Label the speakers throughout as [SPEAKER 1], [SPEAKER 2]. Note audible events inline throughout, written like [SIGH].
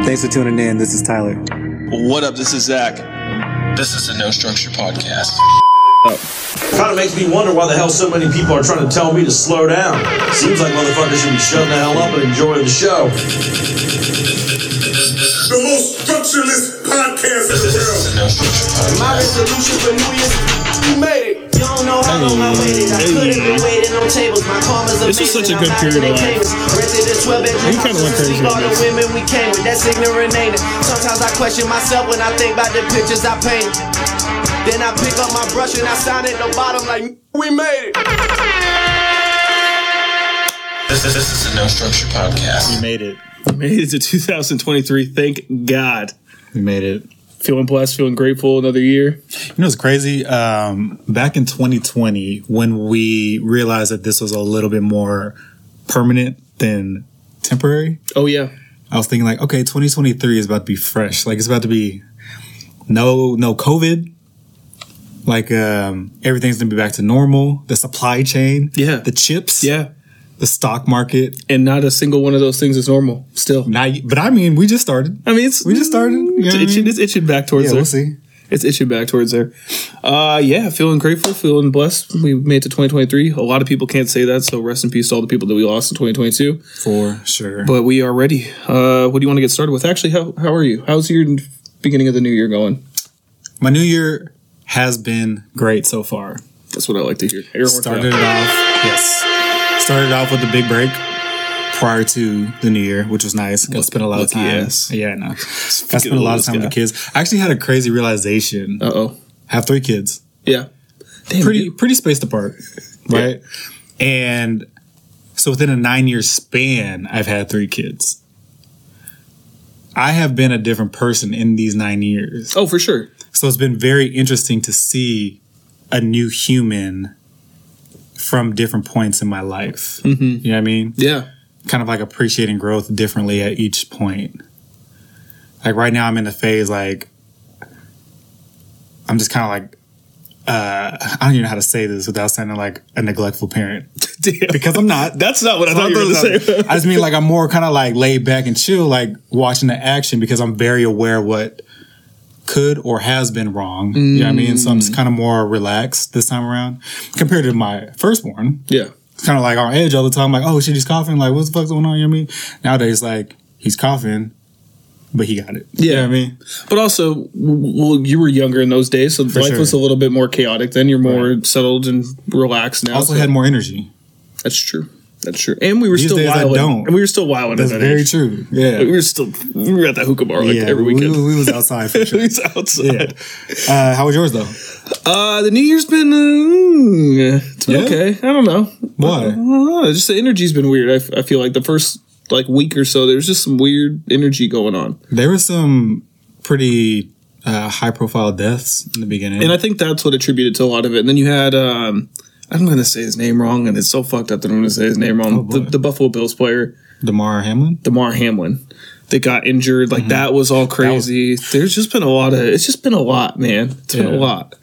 [SPEAKER 1] Thanks for tuning in. This is Tyler.
[SPEAKER 2] What up? This is Zach. This is the No Structure Podcast.
[SPEAKER 3] Kind of makes me wonder why the hell so many people are trying to tell me to slow down. Seems like motherfuckers should be shutting the hell up and enjoying the show.
[SPEAKER 4] the most structureless podcast in the world.
[SPEAKER 2] No Structure
[SPEAKER 5] My resolution for New Year's, you made it. You don't know how long I waited. I
[SPEAKER 6] Hey.
[SPEAKER 5] couldn't even wait in no tables. My karma's amazing.
[SPEAKER 6] This was such a good
[SPEAKER 5] I'm
[SPEAKER 6] period of
[SPEAKER 5] not
[SPEAKER 6] life.
[SPEAKER 5] famous. Rented a 12 bedroom
[SPEAKER 6] You kinda
[SPEAKER 5] house
[SPEAKER 6] went
[SPEAKER 5] to see
[SPEAKER 6] crazy
[SPEAKER 5] all
[SPEAKER 6] on
[SPEAKER 5] the
[SPEAKER 6] this.
[SPEAKER 5] women we came with. That's ignorant, ain't it? Sometimes I question myself when I think about the pictures I painted. Then I pick up my brush and I sign at the bottom like we made it.
[SPEAKER 2] This, this, this is the No Structure Podcast.
[SPEAKER 6] We made it. We made it to 2023. Thank God.
[SPEAKER 7] We made it. You
[SPEAKER 6] Feeling blessed, feeling grateful. Another year.
[SPEAKER 7] know, it's crazy. Um, back in 2020, when we realized that this was a little bit more permanent than temporary,
[SPEAKER 6] Oh yeah.
[SPEAKER 7] I was thinking like, okay, 2023 is about to be fresh. Like it's about to be no, no COVID. Like um, everything's gonna be back to normal. The supply chain,
[SPEAKER 6] Yeah.
[SPEAKER 7] the chips,
[SPEAKER 6] Yeah.
[SPEAKER 7] the stock market.
[SPEAKER 6] And not a single one of those things is normal. Still.
[SPEAKER 7] Now, but I mean, we just started.
[SPEAKER 6] I mean, it's
[SPEAKER 7] We just started. You know
[SPEAKER 6] It's
[SPEAKER 7] what I
[SPEAKER 6] itching,
[SPEAKER 7] mean?
[SPEAKER 6] it's itching back towards
[SPEAKER 7] Yeah,
[SPEAKER 6] there.
[SPEAKER 7] we'll see.
[SPEAKER 6] It's itching back towards there. Uh, yeah, feeling grateful, feeling blessed. We made it to 2023. A lot of people can't say that, so rest in peace to all the people that we lost in 2022.
[SPEAKER 7] For sure.
[SPEAKER 6] But we are ready. Uh, what do you want to get started with? Actually, how how are you? How's your beginning of the new year going?
[SPEAKER 7] My new year has been great so far.
[SPEAKER 6] That's what I like to hear. Air horn for that.
[SPEAKER 7] started it off yes started it off with a big break prior to the new year which was nice got to spend a lot of
[SPEAKER 6] lucky
[SPEAKER 7] time
[SPEAKER 6] ass.
[SPEAKER 7] yeah [LAUGHS] no i spent a lot of
[SPEAKER 6] this
[SPEAKER 7] time with
[SPEAKER 6] guy.
[SPEAKER 7] the kids i actually had a crazy realization
[SPEAKER 6] Uh oh.
[SPEAKER 7] have three kids
[SPEAKER 6] Yeah. Damn,
[SPEAKER 7] pretty
[SPEAKER 6] dude.
[SPEAKER 7] pretty spaced apart right and so within a nine year span i've had three kids i have been a different person in these nine years
[SPEAKER 6] Oh, for sure.
[SPEAKER 7] So it's been very interesting to see a new human from different points in my life. You know what I mean?
[SPEAKER 6] Yeah.
[SPEAKER 7] Kind of like appreciating growth differently at each point. Like right now, I'm in the phase like I'm just kind of like uh, I don't even know how to say this without sounding like a neglectful parent
[SPEAKER 6] Damn.
[SPEAKER 7] because I'm not.
[SPEAKER 6] That's not what I thought you were going to
[SPEAKER 7] Sometimes
[SPEAKER 6] say.
[SPEAKER 7] I just mean like I'm more kind of like laid back and chill, like watching the action because I'm very aware of what could or has been wrong. You know what I mean? So I'm just kind of more relaxed this time around compared to my firstborn.
[SPEAKER 6] yeah.
[SPEAKER 7] It's kind of like on edge all the time, like, oh shit, he's coughing. Like, what the fuck's going on? You know what I mean? Nowadays, like, he's coughing, but he got it. You
[SPEAKER 6] Yeah.
[SPEAKER 7] know what I mean?
[SPEAKER 6] But also, w- well, you were younger in those days, so life
[SPEAKER 7] sure.
[SPEAKER 6] was a little bit more chaotic then. You're more settled and relaxed now.
[SPEAKER 7] Also
[SPEAKER 6] so-
[SPEAKER 7] had more energy.
[SPEAKER 6] That's true. That's true. And we were
[SPEAKER 7] These
[SPEAKER 6] still
[SPEAKER 7] days I
[SPEAKER 6] wilding.
[SPEAKER 7] don't.
[SPEAKER 6] And we were still wilding.
[SPEAKER 7] That's
[SPEAKER 6] at that
[SPEAKER 7] very
[SPEAKER 6] age. [LAUGHS]
[SPEAKER 7] true. Yeah.
[SPEAKER 6] We were still we were at the hookah bar like
[SPEAKER 7] yeah,
[SPEAKER 6] every
[SPEAKER 7] we,
[SPEAKER 6] weekend. [LAUGHS]
[SPEAKER 7] we was outside for
[SPEAKER 6] It
[SPEAKER 7] sure.
[SPEAKER 6] was
[SPEAKER 7] yeah.
[SPEAKER 6] outside.
[SPEAKER 7] Uh, how was yours though?
[SPEAKER 6] Uh, the New Year's been, uh, mm, it's been
[SPEAKER 7] Yeah?
[SPEAKER 6] okay. I don't know.
[SPEAKER 7] Why?
[SPEAKER 6] I don't know. Just the energy's been weird. I, f- I feel like the first like week or so, there was just some weird energy going on.
[SPEAKER 7] There were some pretty uh, high profile deaths in the beginning.
[SPEAKER 6] And I think that's what attributed to a lot of it. And then you had, um, I'm going to say his name wrong, and it's so fucked up that I'm going to say his name wrong.
[SPEAKER 7] boy.
[SPEAKER 6] the, the Buffalo Bills player,
[SPEAKER 7] Damar Hamlin.
[SPEAKER 6] Damar Hamlin, that got injured. Like, that was all crazy. There's just been a lot of, it's just been a lot, man. It's been a
[SPEAKER 7] Yeah.
[SPEAKER 6] lot.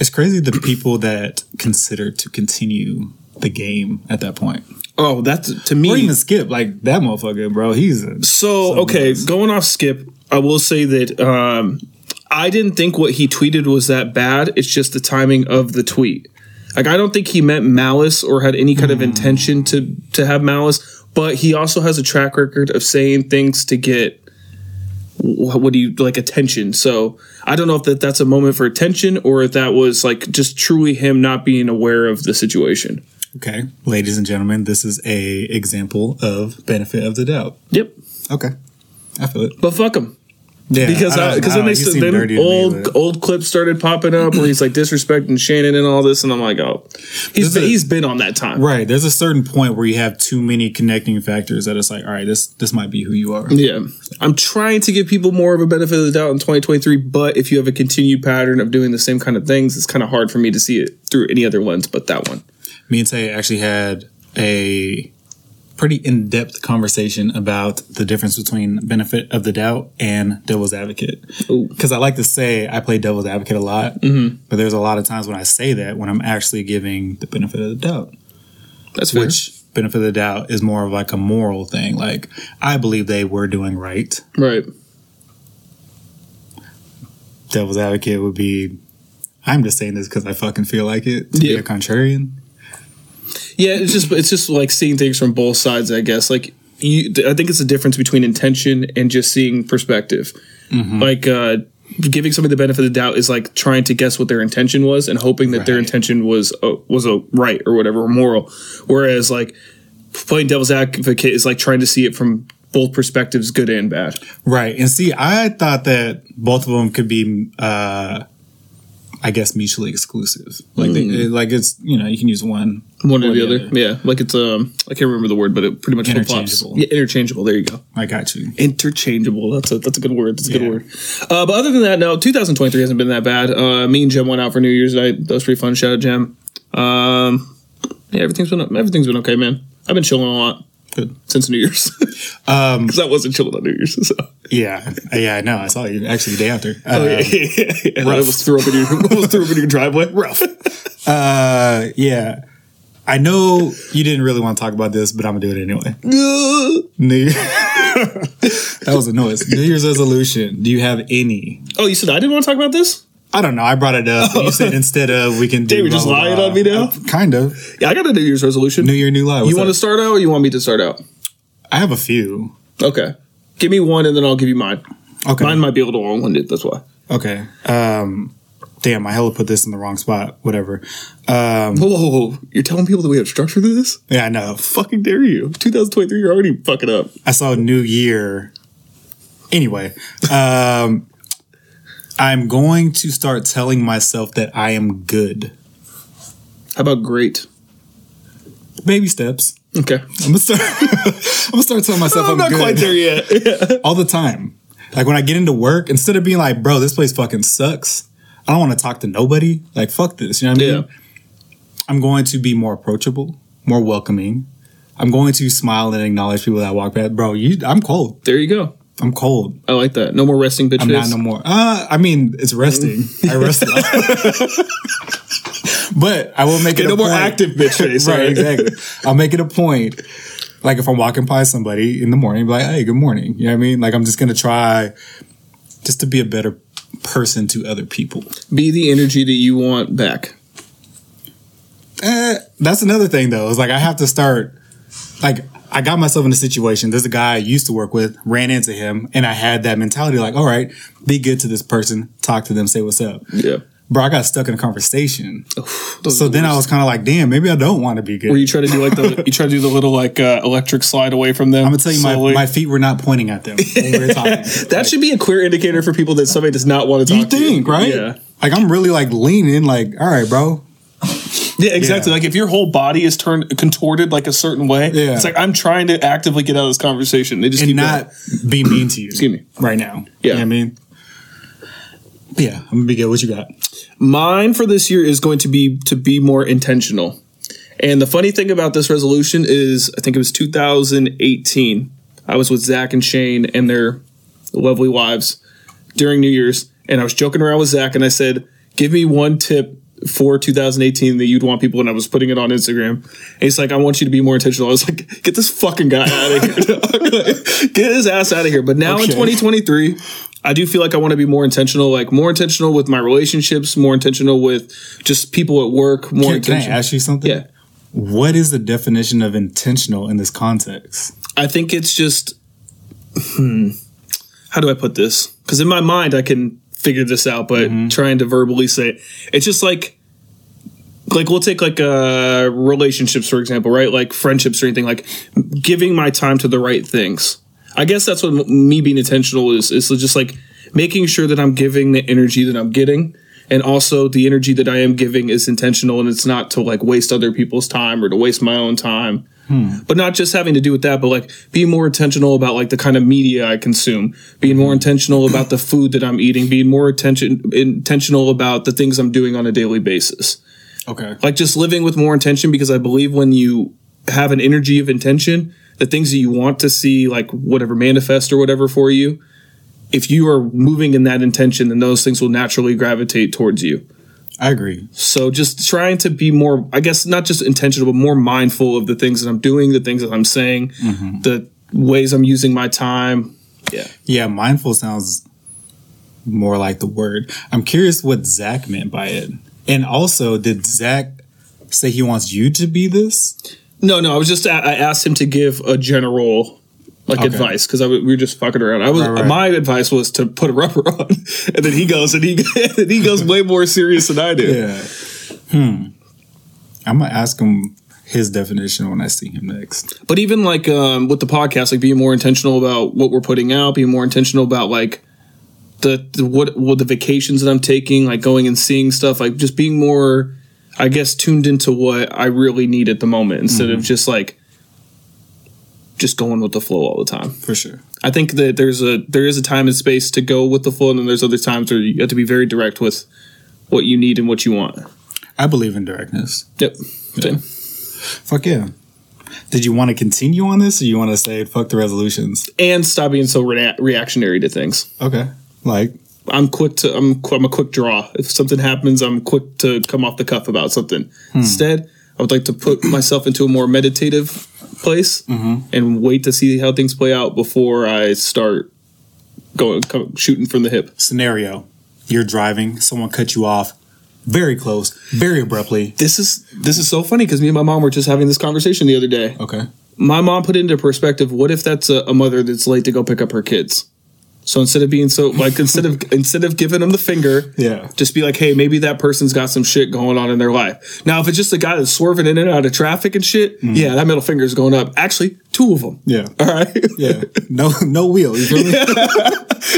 [SPEAKER 7] It's crazy the people that consider to continue the game at that point.
[SPEAKER 6] Oh, that's to me.
[SPEAKER 7] Or even skip like that motherfucker, bro. He's a,
[SPEAKER 6] So
[SPEAKER 7] Something
[SPEAKER 6] okay,
[SPEAKER 7] else.
[SPEAKER 6] going off skip, I will say that um, I didn't think what he tweeted was that bad. It's just the timing of the tweet. Like I don't think he meant malice or had any kind of intention to to have malice, but he also has a track record of saying things to get wh- what do you like attention. So I don't know if that that's a moment for attention or if that was like just truly him not being aware of the situation.
[SPEAKER 7] okay, ladies and gentlemen. This is a example of benefit of the doubt.
[SPEAKER 6] Yep,
[SPEAKER 7] Okay, I feel it.
[SPEAKER 6] but fuck him.
[SPEAKER 7] Yeah,
[SPEAKER 6] because
[SPEAKER 7] I don't-
[SPEAKER 6] I, because
[SPEAKER 7] I don't
[SPEAKER 6] then they
[SPEAKER 7] know. He
[SPEAKER 6] said
[SPEAKER 7] seemed
[SPEAKER 6] then
[SPEAKER 7] dirty to me,
[SPEAKER 6] old
[SPEAKER 7] but-
[SPEAKER 6] old clips started popping up where he's like disrespecting Shannon and all this, and I'm like, oh, he's
[SPEAKER 7] This is-
[SPEAKER 6] he's been on that time,
[SPEAKER 7] Right, there's a certain point where you have too many connecting factors that it's like, all right, this this might be who you are.
[SPEAKER 6] Yeah, I'm trying to give people more of a benefit of the doubt in 2023, but if you have a continued pattern of doing the same kind of things, it's kind of hard for me to see it through any other lens but that one.
[SPEAKER 7] me and Tay actually had a pretty in-depth conversation about the difference between benefit of the doubt and devil's advocate
[SPEAKER 6] Ooh. Mm-hmm.
[SPEAKER 7] because i like to say i play devil's advocate a lot but there's a lot of times when i say that when i'm actually giving the benefit of the doubt
[SPEAKER 6] That's which
[SPEAKER 7] which benefit of the doubt is more of like a moral thing. Like I believe they were doing right.
[SPEAKER 6] Right.
[SPEAKER 7] Devil's advocate would be. I'm just saying this because I fucking feel like it. To
[SPEAKER 6] Yeah.
[SPEAKER 7] be a contrarian.
[SPEAKER 6] Yeah, it's just it's just like seeing things from both sides, I guess. Like you, I think it's the difference between intention and just seeing perspective.
[SPEAKER 7] Mm-hmm.
[SPEAKER 6] Like uh, giving somebody the benefit of the doubt is like trying to guess what their intention was and hoping that their
[SPEAKER 7] Right.
[SPEAKER 6] intention was uh, was a right or whatever or moral. Whereas like playing devil's advocate is like trying to see it from both perspectives, good and bad.
[SPEAKER 7] Right. And see, I thought that both of them could be, uh, I guess, mutually exclusive. Like, they, like it's you know you can use one.
[SPEAKER 6] One or,
[SPEAKER 7] Or
[SPEAKER 6] the
[SPEAKER 7] the
[SPEAKER 6] other. Yeah, like it's um I can't remember the word, but it pretty much flip flops.
[SPEAKER 7] Interchangeable.
[SPEAKER 6] Yeah, interchangeable. There you go.
[SPEAKER 7] I got you.
[SPEAKER 6] interchangeable. That's a that's a good word. That's a good
[SPEAKER 7] Yeah.
[SPEAKER 6] word. Uh, but other than that, no, 2023 hasn't been that bad. Uh, me and Jem went out for New Year's night. That was pretty fun. Shout out Jem. Um, yeah, everything's been everything's been okay, man. I've been chilling a lot
[SPEAKER 7] Good.
[SPEAKER 6] since New Year's [LAUGHS] because
[SPEAKER 7] Um,
[SPEAKER 6] I wasn't chilling on New Year's. [LAUGHS] So. Oh,
[SPEAKER 7] yeah, yeah, I know. I saw you actually the day after. Uh,
[SPEAKER 6] [LAUGHS] yeah, yeah, yeah. I was threw
[SPEAKER 7] [LAUGHS]
[SPEAKER 6] up in your I was threw up in your driveway. Rough.
[SPEAKER 7] Uh, yeah. I know you didn't really want to talk about this, but I'm gonna do it anyway.
[SPEAKER 6] [LAUGHS] oh,
[SPEAKER 7] New [LAUGHS] that was a noise. New Year's resolution. Do you have any?
[SPEAKER 6] you said I didn't want to talk about this.
[SPEAKER 7] I don't know. I brought it up. You
[SPEAKER 6] [LAUGHS]
[SPEAKER 7] said instead of we can do.
[SPEAKER 6] Damn, you're just
[SPEAKER 7] blah, blah,
[SPEAKER 6] lying
[SPEAKER 7] blah. Uh,
[SPEAKER 6] on me now?
[SPEAKER 7] Kind of.
[SPEAKER 6] Yeah, I got a New Year's resolution.
[SPEAKER 7] New Year, new life.
[SPEAKER 6] you want to start out, or you want me to start out?
[SPEAKER 7] I have a few.
[SPEAKER 6] Okay, give me one, and then I'll give you mine.
[SPEAKER 7] Okay.
[SPEAKER 6] Mine might be a little long winded. That's why.
[SPEAKER 7] Okay. Um, damn, I hella put this in the wrong spot. Whatever. Um,
[SPEAKER 6] Whoa, whoa, whoa. you're telling people that we have structure to this?
[SPEAKER 7] yeah, I know. Fuck.
[SPEAKER 6] Fucking dare you. 2023, you're already fucking up.
[SPEAKER 7] I saw New Year. Anyway, um, I'm going to start telling myself that I am good.
[SPEAKER 6] How about great?
[SPEAKER 7] Baby steps.
[SPEAKER 6] Okay.
[SPEAKER 7] I'm gonna start. [LAUGHS] I'm gonna start telling myself I'm,
[SPEAKER 6] not
[SPEAKER 7] good
[SPEAKER 6] quite there yet.
[SPEAKER 7] all the time. Like when I get into work, instead of being like, "Bro, this place fucking sucks," I don't want to talk to nobody. Like, fuck this. You know what I mean?
[SPEAKER 6] yeah.
[SPEAKER 7] I'm going to be more approachable, more welcoming. I'm going to smile and acknowledge people that walk past. Bro, you, I'm cold.
[SPEAKER 6] [LAUGHS] There you go.
[SPEAKER 7] I'm cold.
[SPEAKER 6] I like that. No more resting bitches.
[SPEAKER 7] I'm not no more. Uh, I mean, it's
[SPEAKER 6] [LAUGHS]
[SPEAKER 7] resting. I rested. [LAUGHS] but I will make it
[SPEAKER 6] no
[SPEAKER 7] a
[SPEAKER 6] more
[SPEAKER 7] point-
[SPEAKER 6] active bitch face.
[SPEAKER 7] right,
[SPEAKER 6] alright?
[SPEAKER 7] exactly. I'll make it a point. Like if I'm walking by somebody in the morning, be like, "Hey, good morning." You know what I mean? Like I'm just gonna try just to be a better person to other people.
[SPEAKER 6] Be the energy that you want back.
[SPEAKER 7] Eh, that's another thing though. It's like I have to start. Like I got myself in a situation. There's a guy I used to work with, ran into him, and I had that mentality. Like, all right, be good to this person, talk to them, say what's up.
[SPEAKER 6] Yeah.
[SPEAKER 7] Bro, I got stuck in a conversation. So then I was kind of like, damn, maybe I don't want to be good.
[SPEAKER 6] Where Oh, you try to do like
[SPEAKER 7] [LAUGHS]
[SPEAKER 6] the you try to do the little like uh, electric slide away from them.
[SPEAKER 7] I'm gonna tell you,
[SPEAKER 6] slowly.
[SPEAKER 7] my, my feet were not pointing at them when
[SPEAKER 6] [LAUGHS]
[SPEAKER 7] we were talking.
[SPEAKER 6] that should be a clear indicator for people that somebody does not want to
[SPEAKER 7] you
[SPEAKER 6] talk. to
[SPEAKER 7] think, right?
[SPEAKER 6] Yeah.
[SPEAKER 7] Like I'm really like leaning, like, all right, bro.
[SPEAKER 6] Yeah, exactly.
[SPEAKER 7] Yeah.
[SPEAKER 6] Like if your whole body is turned contorted like a certain way,
[SPEAKER 7] Yeah.
[SPEAKER 6] it's like I'm trying to actively get out of this conversation. They just
[SPEAKER 7] And
[SPEAKER 6] keep
[SPEAKER 7] not
[SPEAKER 6] going.
[SPEAKER 7] be mean to you.
[SPEAKER 6] Excuse me.
[SPEAKER 7] Right now. You know
[SPEAKER 6] Yeah.
[SPEAKER 7] what I mean? But yeah, I'm gonna be good. What you got?
[SPEAKER 6] Mine for this year is going to be to be more intentional. And the funny thing about this resolution is, I think it was 2018. I was with Zach and Shane and their lovely wives during New Year's, and I was joking around with Zach, and I said, "Give me one tip." For 2018, that you'd want people, and I was putting it on Instagram. And he's like, I want you to be more intentional. I was like, get this fucking guy out of here. [LAUGHS] get his ass out of here. But now in
[SPEAKER 7] Okay.
[SPEAKER 6] 2023, I do feel like I want to be more intentional, like more intentional with my relationships, more intentional with just people at work, more
[SPEAKER 7] Can, can I
[SPEAKER 6] intentional.
[SPEAKER 7] ask you something?
[SPEAKER 6] yeah.
[SPEAKER 7] What is the definition of intentional in this context?
[SPEAKER 6] I think it's just, hmm, how do I put this? Because in my mind, I can figure this out, but trying to verbally say it, it's just like, like we'll take like uh relationships for example, right? Like friendships or anything. Like giving my time to the right things. I guess that's what m- me being intentional is. Is just like making sure that I'm giving the energy that I'm getting. And also, the energy that I am giving is intentional, and it's not to like waste other people's time or to waste my own time but not just having to do with that, but like being more intentional about like the kind of media I consume, being more intentional about the food that I'm eating, being more attention intentional about the things I'm doing on a daily basis.
[SPEAKER 7] Okay.
[SPEAKER 6] Like just living with more intention because I believe when you have an energy of intention, the things that you want to see, like whatever manifest or whatever for you, if you are moving in that intention, then those things will naturally gravitate towards you.
[SPEAKER 7] I agree.
[SPEAKER 6] So just trying to be more, I guess, not just intentional, but more mindful of the things that I'm doing, the things that I'm saying,
[SPEAKER 7] Mm-hmm.
[SPEAKER 6] the ways I'm using my time.
[SPEAKER 7] Yeah, mindful sounds more like the word. I'm curious what Zach meant by it. And also, did Zach say he wants you to be this?
[SPEAKER 6] No, no, I was just a- I asked him to give a general like
[SPEAKER 7] Okay.
[SPEAKER 6] advice because I w- we were just fucking around. I was
[SPEAKER 7] Right, right.
[SPEAKER 6] my advice was to put a rubber [LAUGHS] on, and then he goes and he [LAUGHS] and he goes way more serious than I do.
[SPEAKER 7] Yeah. Hmm. I'm gonna ask him his definition when I see him next.
[SPEAKER 6] But even like um, with the podcast, like being more intentional about what we're putting out, being more intentional about like the, the what what the vacations that I'm taking, like going and seeing stuff, like just being more, I guess, tuned into what I really need at the moment instead of just like just going with the flow all the time.
[SPEAKER 7] For sure.
[SPEAKER 6] I think that there's a there is a time and space to go with the flow, and then there's other times where you have to be very direct with what you need and what you want.
[SPEAKER 7] I believe in directness.
[SPEAKER 6] Yep. Same.
[SPEAKER 7] Fuck yeah. Did you want to continue on this or you want to say fuck the resolutions?
[SPEAKER 6] And stop being so rea- reactionary to things.
[SPEAKER 7] Okay. Like,
[SPEAKER 6] I'm quick to I'm qu- I'm a quick draw. If something happens, I'm quick to come off the cuff about something. Instead, I would like to put myself into a more meditative place and wait to see how things play out before I start going co- shooting from the hip.
[SPEAKER 7] scenario you're driving, someone cut you off very close, very abruptly.
[SPEAKER 6] This is this is so funny because me and my mom were just having this conversation the other day.
[SPEAKER 7] Okay.
[SPEAKER 6] my mom put into perspective what if that's a, a mother that's late to go pick up her kids so instead of being so like instead of [LAUGHS] instead of giving them the finger
[SPEAKER 7] Yeah.
[SPEAKER 6] just be like hey maybe that person's got some shit going on in their life now if it's just a guy that's swerving in and out of traffic and shit yeah that middle finger's going up actually two of them
[SPEAKER 7] Mm. Yeah.
[SPEAKER 6] all right [LAUGHS]
[SPEAKER 7] Yeah. No no wheel. You [LAUGHS] feel me?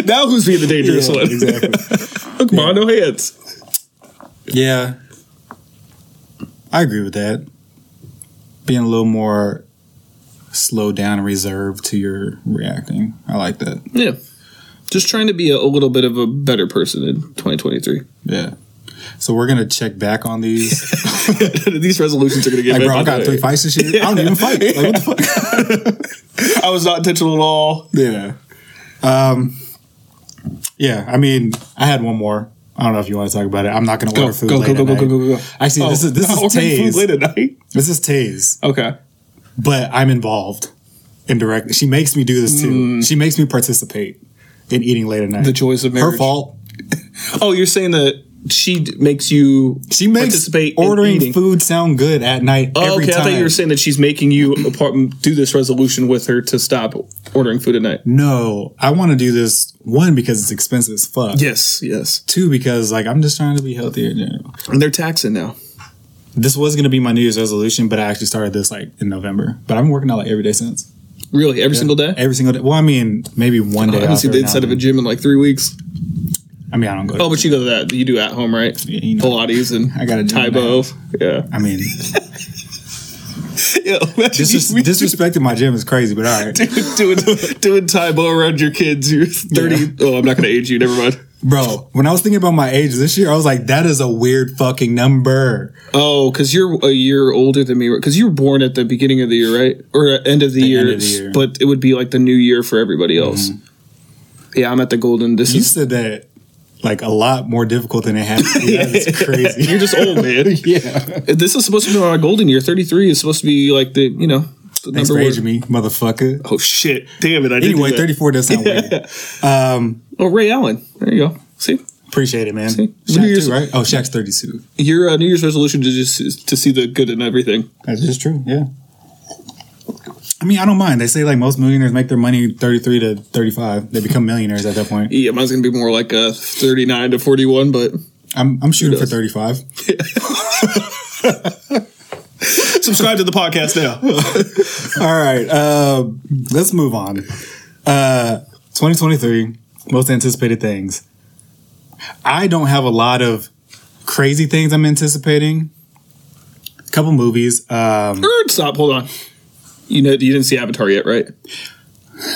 [SPEAKER 6] now who's being the dangerous
[SPEAKER 7] Yeah,
[SPEAKER 6] one
[SPEAKER 7] exactly.
[SPEAKER 6] [LAUGHS] come on no hands
[SPEAKER 7] Yeah. I agree with that. Being a little more slow down and reserved to your reacting. I like that.
[SPEAKER 6] yeah just trying to be a, a little bit of a better person in 2023
[SPEAKER 7] Yeah. So we're gonna check back on these.
[SPEAKER 6] [LAUGHS]
[SPEAKER 7] [LAUGHS]
[SPEAKER 6] these resolutions are gonna get
[SPEAKER 7] Like,
[SPEAKER 6] back
[SPEAKER 7] bro, I
[SPEAKER 6] on
[SPEAKER 7] got
[SPEAKER 6] the-
[SPEAKER 7] three fights this year. I don't even fight. Like, what the fuck? [LAUGHS]
[SPEAKER 6] i was not intentional at all
[SPEAKER 7] Yeah. Um, yeah. I mean, I had one more. I don't know if you want to talk about it. I'm not going to order food. Go, go, go, go, go, go, Oh,
[SPEAKER 6] go. Oh,
[SPEAKER 7] Actually, this is [LAUGHS]
[SPEAKER 6] [LAUGHS]
[SPEAKER 7] this is
[SPEAKER 6] Orphan food late
[SPEAKER 7] Taze.
[SPEAKER 6] at night.
[SPEAKER 7] This is Taze,
[SPEAKER 6] Okay.
[SPEAKER 7] but I'm involved indirectly. She makes me do this too. She makes me participate in eating late at night.
[SPEAKER 6] Mm. The joys of marriage.
[SPEAKER 7] Her fault.
[SPEAKER 6] Oh, you're saying that she d- makes you
[SPEAKER 7] She makes
[SPEAKER 6] participate in
[SPEAKER 7] ordering
[SPEAKER 6] eating.
[SPEAKER 7] food sound good at night
[SPEAKER 6] Oh,
[SPEAKER 7] every
[SPEAKER 6] okay,
[SPEAKER 7] time.
[SPEAKER 6] I thought you were saying that she's making you a part, do this resolution with her to stop ordering food at night.
[SPEAKER 7] no, I want to do this one because it's expensive as fuck.
[SPEAKER 6] Yes, yes.
[SPEAKER 7] Two because like I'm just trying to be healthier in general.
[SPEAKER 6] And they're taxing now.
[SPEAKER 7] this was gonna be my New Year's resolution, but I actually started this like in November. But I've been working out like every day since.
[SPEAKER 6] Really, every single day.
[SPEAKER 7] Every single day. Well, I mean, maybe one
[SPEAKER 6] I
[SPEAKER 7] day.
[SPEAKER 6] haven't seen the inside of a
[SPEAKER 7] gym.
[SPEAKER 6] gym in like three weeks.
[SPEAKER 7] I mean, I don't go. To
[SPEAKER 6] Oh, but you go to that you do at home, right?
[SPEAKER 7] Yeah, you know.
[SPEAKER 6] Pilates and
[SPEAKER 7] I gotta do
[SPEAKER 6] Taibo. Yeah. [LAUGHS]
[SPEAKER 7] I mean,
[SPEAKER 6] yeah imagine
[SPEAKER 7] dis-
[SPEAKER 6] you-
[SPEAKER 7] disrespecting my gym is crazy, but all right,
[SPEAKER 6] [LAUGHS] doing doing Taibo around your kids. You're thirty. Oh, I'm not gonna age you. Never mind.
[SPEAKER 7] bro. When I was thinking about my age this year, I was like, that is a weird fucking number.
[SPEAKER 6] Oh, because you're a year older than me. Because you were born at the beginning of the year, right, or at end of the,
[SPEAKER 7] The
[SPEAKER 6] year,
[SPEAKER 7] end of the year. Mm-hmm.
[SPEAKER 6] But it would be like the new year for everybody else. Yeah, I'm at the golden. This
[SPEAKER 7] You
[SPEAKER 6] is
[SPEAKER 7] said that like a lot more difficult than it had. to be. That is [LAUGHS]
[SPEAKER 6] [LAUGHS]
[SPEAKER 7] crazy.
[SPEAKER 6] you're just old, man.
[SPEAKER 7] [LAUGHS] yeah.
[SPEAKER 6] This is supposed to be my golden year. 33 is supposed to be like the you know the
[SPEAKER 7] Thanks
[SPEAKER 6] number
[SPEAKER 7] for
[SPEAKER 6] one-
[SPEAKER 7] aging me, [LAUGHS] motherfucker.
[SPEAKER 6] Oh shit! Damn it! I didn't
[SPEAKER 7] Anyway,
[SPEAKER 6] do that.
[SPEAKER 7] 34 does sound [LAUGHS] weird. Um,
[SPEAKER 6] Oh, Ray Allen. There you go. See
[SPEAKER 7] appreciate it, man.
[SPEAKER 6] See? New
[SPEAKER 7] Shaq
[SPEAKER 6] Year's-
[SPEAKER 7] too, right? Oh, Shaq's 32.
[SPEAKER 6] your uh, New Year's resolution to just is to see the good in everything.
[SPEAKER 7] That is true. Yeah. I mean, I don't mind. They say like most millionaires make their money 33 to 35. They become millionaires at that point.
[SPEAKER 6] Yeah, mine's E, gonna be more like a 39 to 41, but
[SPEAKER 7] I'm, I'm shooting for
[SPEAKER 6] does?
[SPEAKER 7] 35.
[SPEAKER 6] [LAUGHS] subscribe to the podcast
[SPEAKER 7] [LAUGHS]
[SPEAKER 6] now.
[SPEAKER 7] All right. Uh, let's move on. Uh, 2023, most anticipated things. I don't have a lot of crazy things I'm anticipating. A couple movies. Um,
[SPEAKER 6] Er, Stop. Hold on. You know you didn't see Avatar yet, right?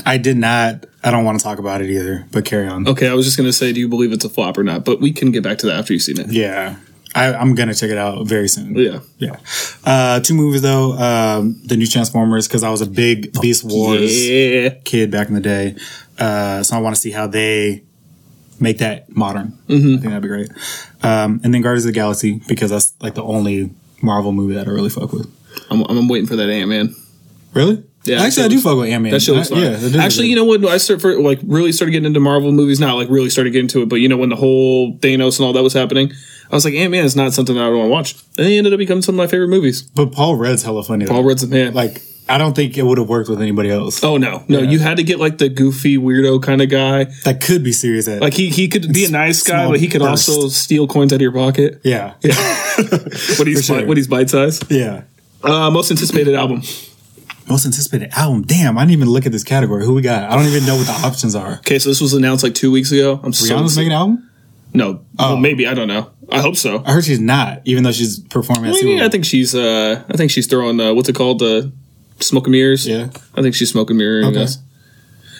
[SPEAKER 7] I did not, I don't want to talk about it either, but carry on.
[SPEAKER 6] Okay, I was just gonna say, do you believe it's a flop or not? But we can get back to that after you've seen it.
[SPEAKER 7] Yeah. I, I'm going to check it out very soon.
[SPEAKER 6] Yeah.
[SPEAKER 7] Yeah. Uh, two movies though. Um, the new Transformers because I was a big Beast Wars
[SPEAKER 6] Yeah.
[SPEAKER 7] kid back in the day, uh, so I want to see how they make that modern.
[SPEAKER 6] Mm-hmm.
[SPEAKER 7] I think that'd be great. Um, and then Guardians of the Galaxy because that's like the only Marvel movie that I really fuck with.
[SPEAKER 6] I'm, I'm waiting for that Ant Man.
[SPEAKER 7] Really?
[SPEAKER 6] Yeah, that
[SPEAKER 7] Actually,
[SPEAKER 6] shit
[SPEAKER 7] I do
[SPEAKER 6] looks-
[SPEAKER 7] fuck with Ant Man.
[SPEAKER 6] That shit looks fun.
[SPEAKER 7] Yeah. that is
[SPEAKER 6] Actually,
[SPEAKER 7] good.
[SPEAKER 6] you know what? I start for like really started getting into Marvel movies. Not like really started getting into it, but you know when the whole Thanos and all that was happening, I was like, Ant Man is not something that I would want to watch. And they ended up becoming some of my favorite movies.
[SPEAKER 7] but Paul Rudd's hella funny.
[SPEAKER 6] Paul
[SPEAKER 7] though.
[SPEAKER 6] Rudd's the man.
[SPEAKER 7] Like, I don't think it would have worked with anybody else.
[SPEAKER 6] oh no, no,
[SPEAKER 7] Yeah.
[SPEAKER 6] you had to get like the goofy weirdo kind of guy.
[SPEAKER 7] That could be serious. At,
[SPEAKER 6] Like he he could be a nice guy,
[SPEAKER 7] Small
[SPEAKER 6] but he could
[SPEAKER 7] burst.
[SPEAKER 6] also steal coins out of your pocket. [LAUGHS]
[SPEAKER 7] yeah, yeah,
[SPEAKER 6] What he's
[SPEAKER 7] sure.
[SPEAKER 6] what he's bite size.
[SPEAKER 7] [LAUGHS] yeah.
[SPEAKER 6] Uh, most anticipated album.
[SPEAKER 7] Most anticipated album. Damn, I didn't even look at this category. Who we got? I don't even know what the options are.
[SPEAKER 6] Okay, so this was announced like two weeks ago. I'm so
[SPEAKER 7] Rihanna's making an album.
[SPEAKER 6] no, well,
[SPEAKER 7] Oh.
[SPEAKER 6] maybe I don't know. I hope so.
[SPEAKER 7] I heard she's not, even though she's performing. at
[SPEAKER 6] Well,
[SPEAKER 7] Super
[SPEAKER 6] yeah, I
[SPEAKER 7] Bowl.
[SPEAKER 6] think she's uh I think she's throwing uh, what's it called the smoke and mirrors.
[SPEAKER 7] Yeah,
[SPEAKER 6] I think she's smoke and mirroring
[SPEAKER 7] Okay.
[SPEAKER 6] us.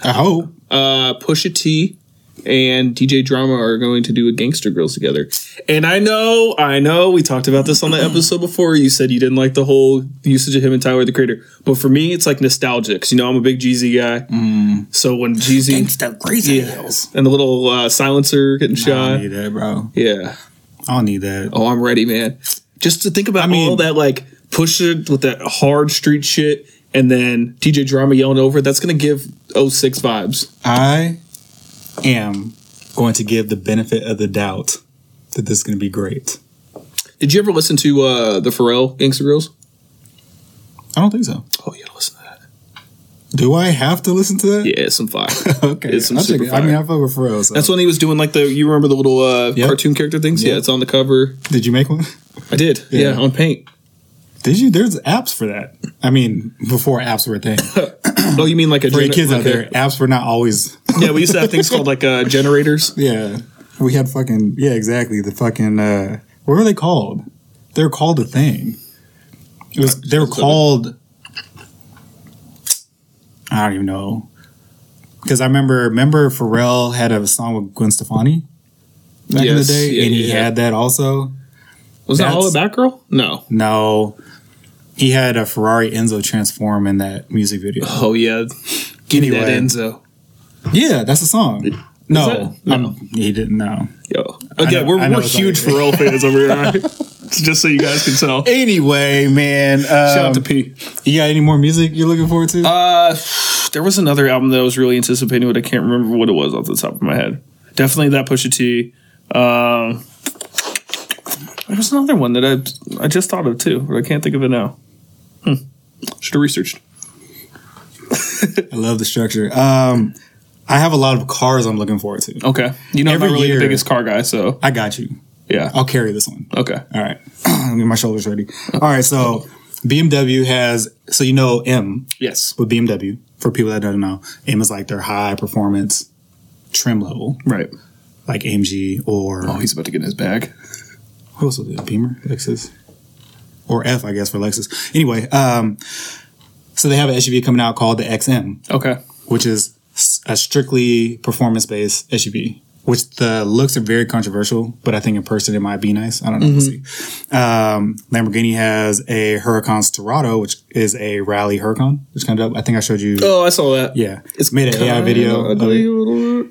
[SPEAKER 7] I hope.
[SPEAKER 6] Uh, Pusha T and DJ Drama are going to do a Gangster Grills together. And I know, I know, we talked about this on the episode before. You said you didn't like the whole usage of him and Tyler the Creator, but for me, it's like nostalgia because you know I'm a big Jeezy guy.
[SPEAKER 7] Mm.
[SPEAKER 6] So when Jeezy
[SPEAKER 7] crazy
[SPEAKER 6] and the little uh, silencer getting
[SPEAKER 7] I
[SPEAKER 6] shot,
[SPEAKER 7] don't need that, bro.
[SPEAKER 6] yeah.
[SPEAKER 7] I don't need that.
[SPEAKER 6] Oh, I'm ready, man. Just to think about
[SPEAKER 7] I mean-
[SPEAKER 6] all that, like push it with that hard street shit, and then DJ Drama yelling over. it, That's gonna give 06 vibes.
[SPEAKER 7] I am going to give the benefit of the doubt that this is going to be great.
[SPEAKER 6] Did you ever listen to uh the Pharrell Gangsta Girls?
[SPEAKER 7] I don't think so.
[SPEAKER 6] Oh, you gotta listen to that.
[SPEAKER 7] Do I have to listen to that?
[SPEAKER 6] Yeah, it's some fire.
[SPEAKER 7] [LAUGHS] okay.
[SPEAKER 6] It's some
[SPEAKER 7] I'll check
[SPEAKER 6] super
[SPEAKER 7] it. I mean,
[SPEAKER 6] fire.
[SPEAKER 7] I fuck with Pharrell. So.
[SPEAKER 6] That's when he was doing like the you remember the little uh
[SPEAKER 7] Yep.
[SPEAKER 6] cartoon character things. Yeah,
[SPEAKER 7] Yep.
[SPEAKER 6] it's on the cover.
[SPEAKER 7] Did you make one? [LAUGHS]
[SPEAKER 6] I did. Yeah,
[SPEAKER 7] Yeah.
[SPEAKER 6] on Paint.
[SPEAKER 7] Did you? There's apps for that. I mean, before apps were a thing.
[SPEAKER 6] Oh, you mean like a
[SPEAKER 7] For your
[SPEAKER 6] gener-
[SPEAKER 7] kids
[SPEAKER 6] like
[SPEAKER 7] out
[SPEAKER 6] a-
[SPEAKER 7] there, apps were not always.
[SPEAKER 6] [LAUGHS] Yeah, we used to have things called like uh generators.
[SPEAKER 7] Yeah. We had fucking. Yeah, exactly. The fucking. Uh, what were they called? They were called a thing. It was. They were called. I don't even know. Because I remember, remember Pharrell had a song with Gwen Stefani back in the
[SPEAKER 6] Yes,
[SPEAKER 7] day,
[SPEAKER 6] yeah,
[SPEAKER 7] and he
[SPEAKER 6] yeah.
[SPEAKER 7] had that also.
[SPEAKER 6] Was that all
[SPEAKER 7] That's-
[SPEAKER 6] about girl? No.
[SPEAKER 7] No, he had a Ferrari Enzo transform in that music video.
[SPEAKER 6] Oh yeah, give me that Enzo.
[SPEAKER 7] Yeah, that's a song. No,
[SPEAKER 6] that-
[SPEAKER 7] um, he didn't know.
[SPEAKER 6] Yo.
[SPEAKER 7] know-
[SPEAKER 6] Again, we're,
[SPEAKER 7] I know
[SPEAKER 6] we're
[SPEAKER 7] it's
[SPEAKER 6] huge
[SPEAKER 7] like-
[SPEAKER 6] [LAUGHS] Pharrell fans over here. all right? Just so you guys can tell.
[SPEAKER 7] Anyway, man, um,
[SPEAKER 6] Shout out to P.
[SPEAKER 7] you got any more music you're looking forward to?
[SPEAKER 6] Uh, there was another album that I was really anticipating, but I can't remember what it was off the top of my head. Definitely that Pusha T. Um, there was another one that I I just thought of too, but I can't think of it now. Hmm. Should have researched.
[SPEAKER 7] I love the structure. Um, I have a lot of cars I'm looking forward to.
[SPEAKER 6] Okay, you know I'm
[SPEAKER 7] Every
[SPEAKER 6] not really
[SPEAKER 7] year-
[SPEAKER 6] the biggest car guy, so
[SPEAKER 7] I got you.
[SPEAKER 6] yeah.
[SPEAKER 7] I'll carry this one. [CLEARS THROAT]
[SPEAKER 6] Okay.
[SPEAKER 7] All right, I'll get my shoulders ready. All right, so BMW has so you know M
[SPEAKER 6] Yes.
[SPEAKER 7] with BMW for people that don't know. M is like their high performance trim level,
[SPEAKER 6] Right.
[SPEAKER 7] like AMG or
[SPEAKER 6] Oh, he's about to get in his bag.
[SPEAKER 7] Who else was it? Beamer, Lexus, or F, I guess for Lexus. Anyway, um, so they have an SUV coming out called the XM,
[SPEAKER 6] Okay.
[SPEAKER 7] which is s- a strictly performance-based SUV. Which the looks are very controversial, but I think in person it might be nice. I don't know. We'll see.
[SPEAKER 6] Mm-hmm.
[SPEAKER 7] Um, Lamborghini has a Huracan Storado, which is a rally Huracan, which kind of dope. I think I showed you.
[SPEAKER 6] Oh, I saw that.
[SPEAKER 7] Yeah, it's made an AI video. of it.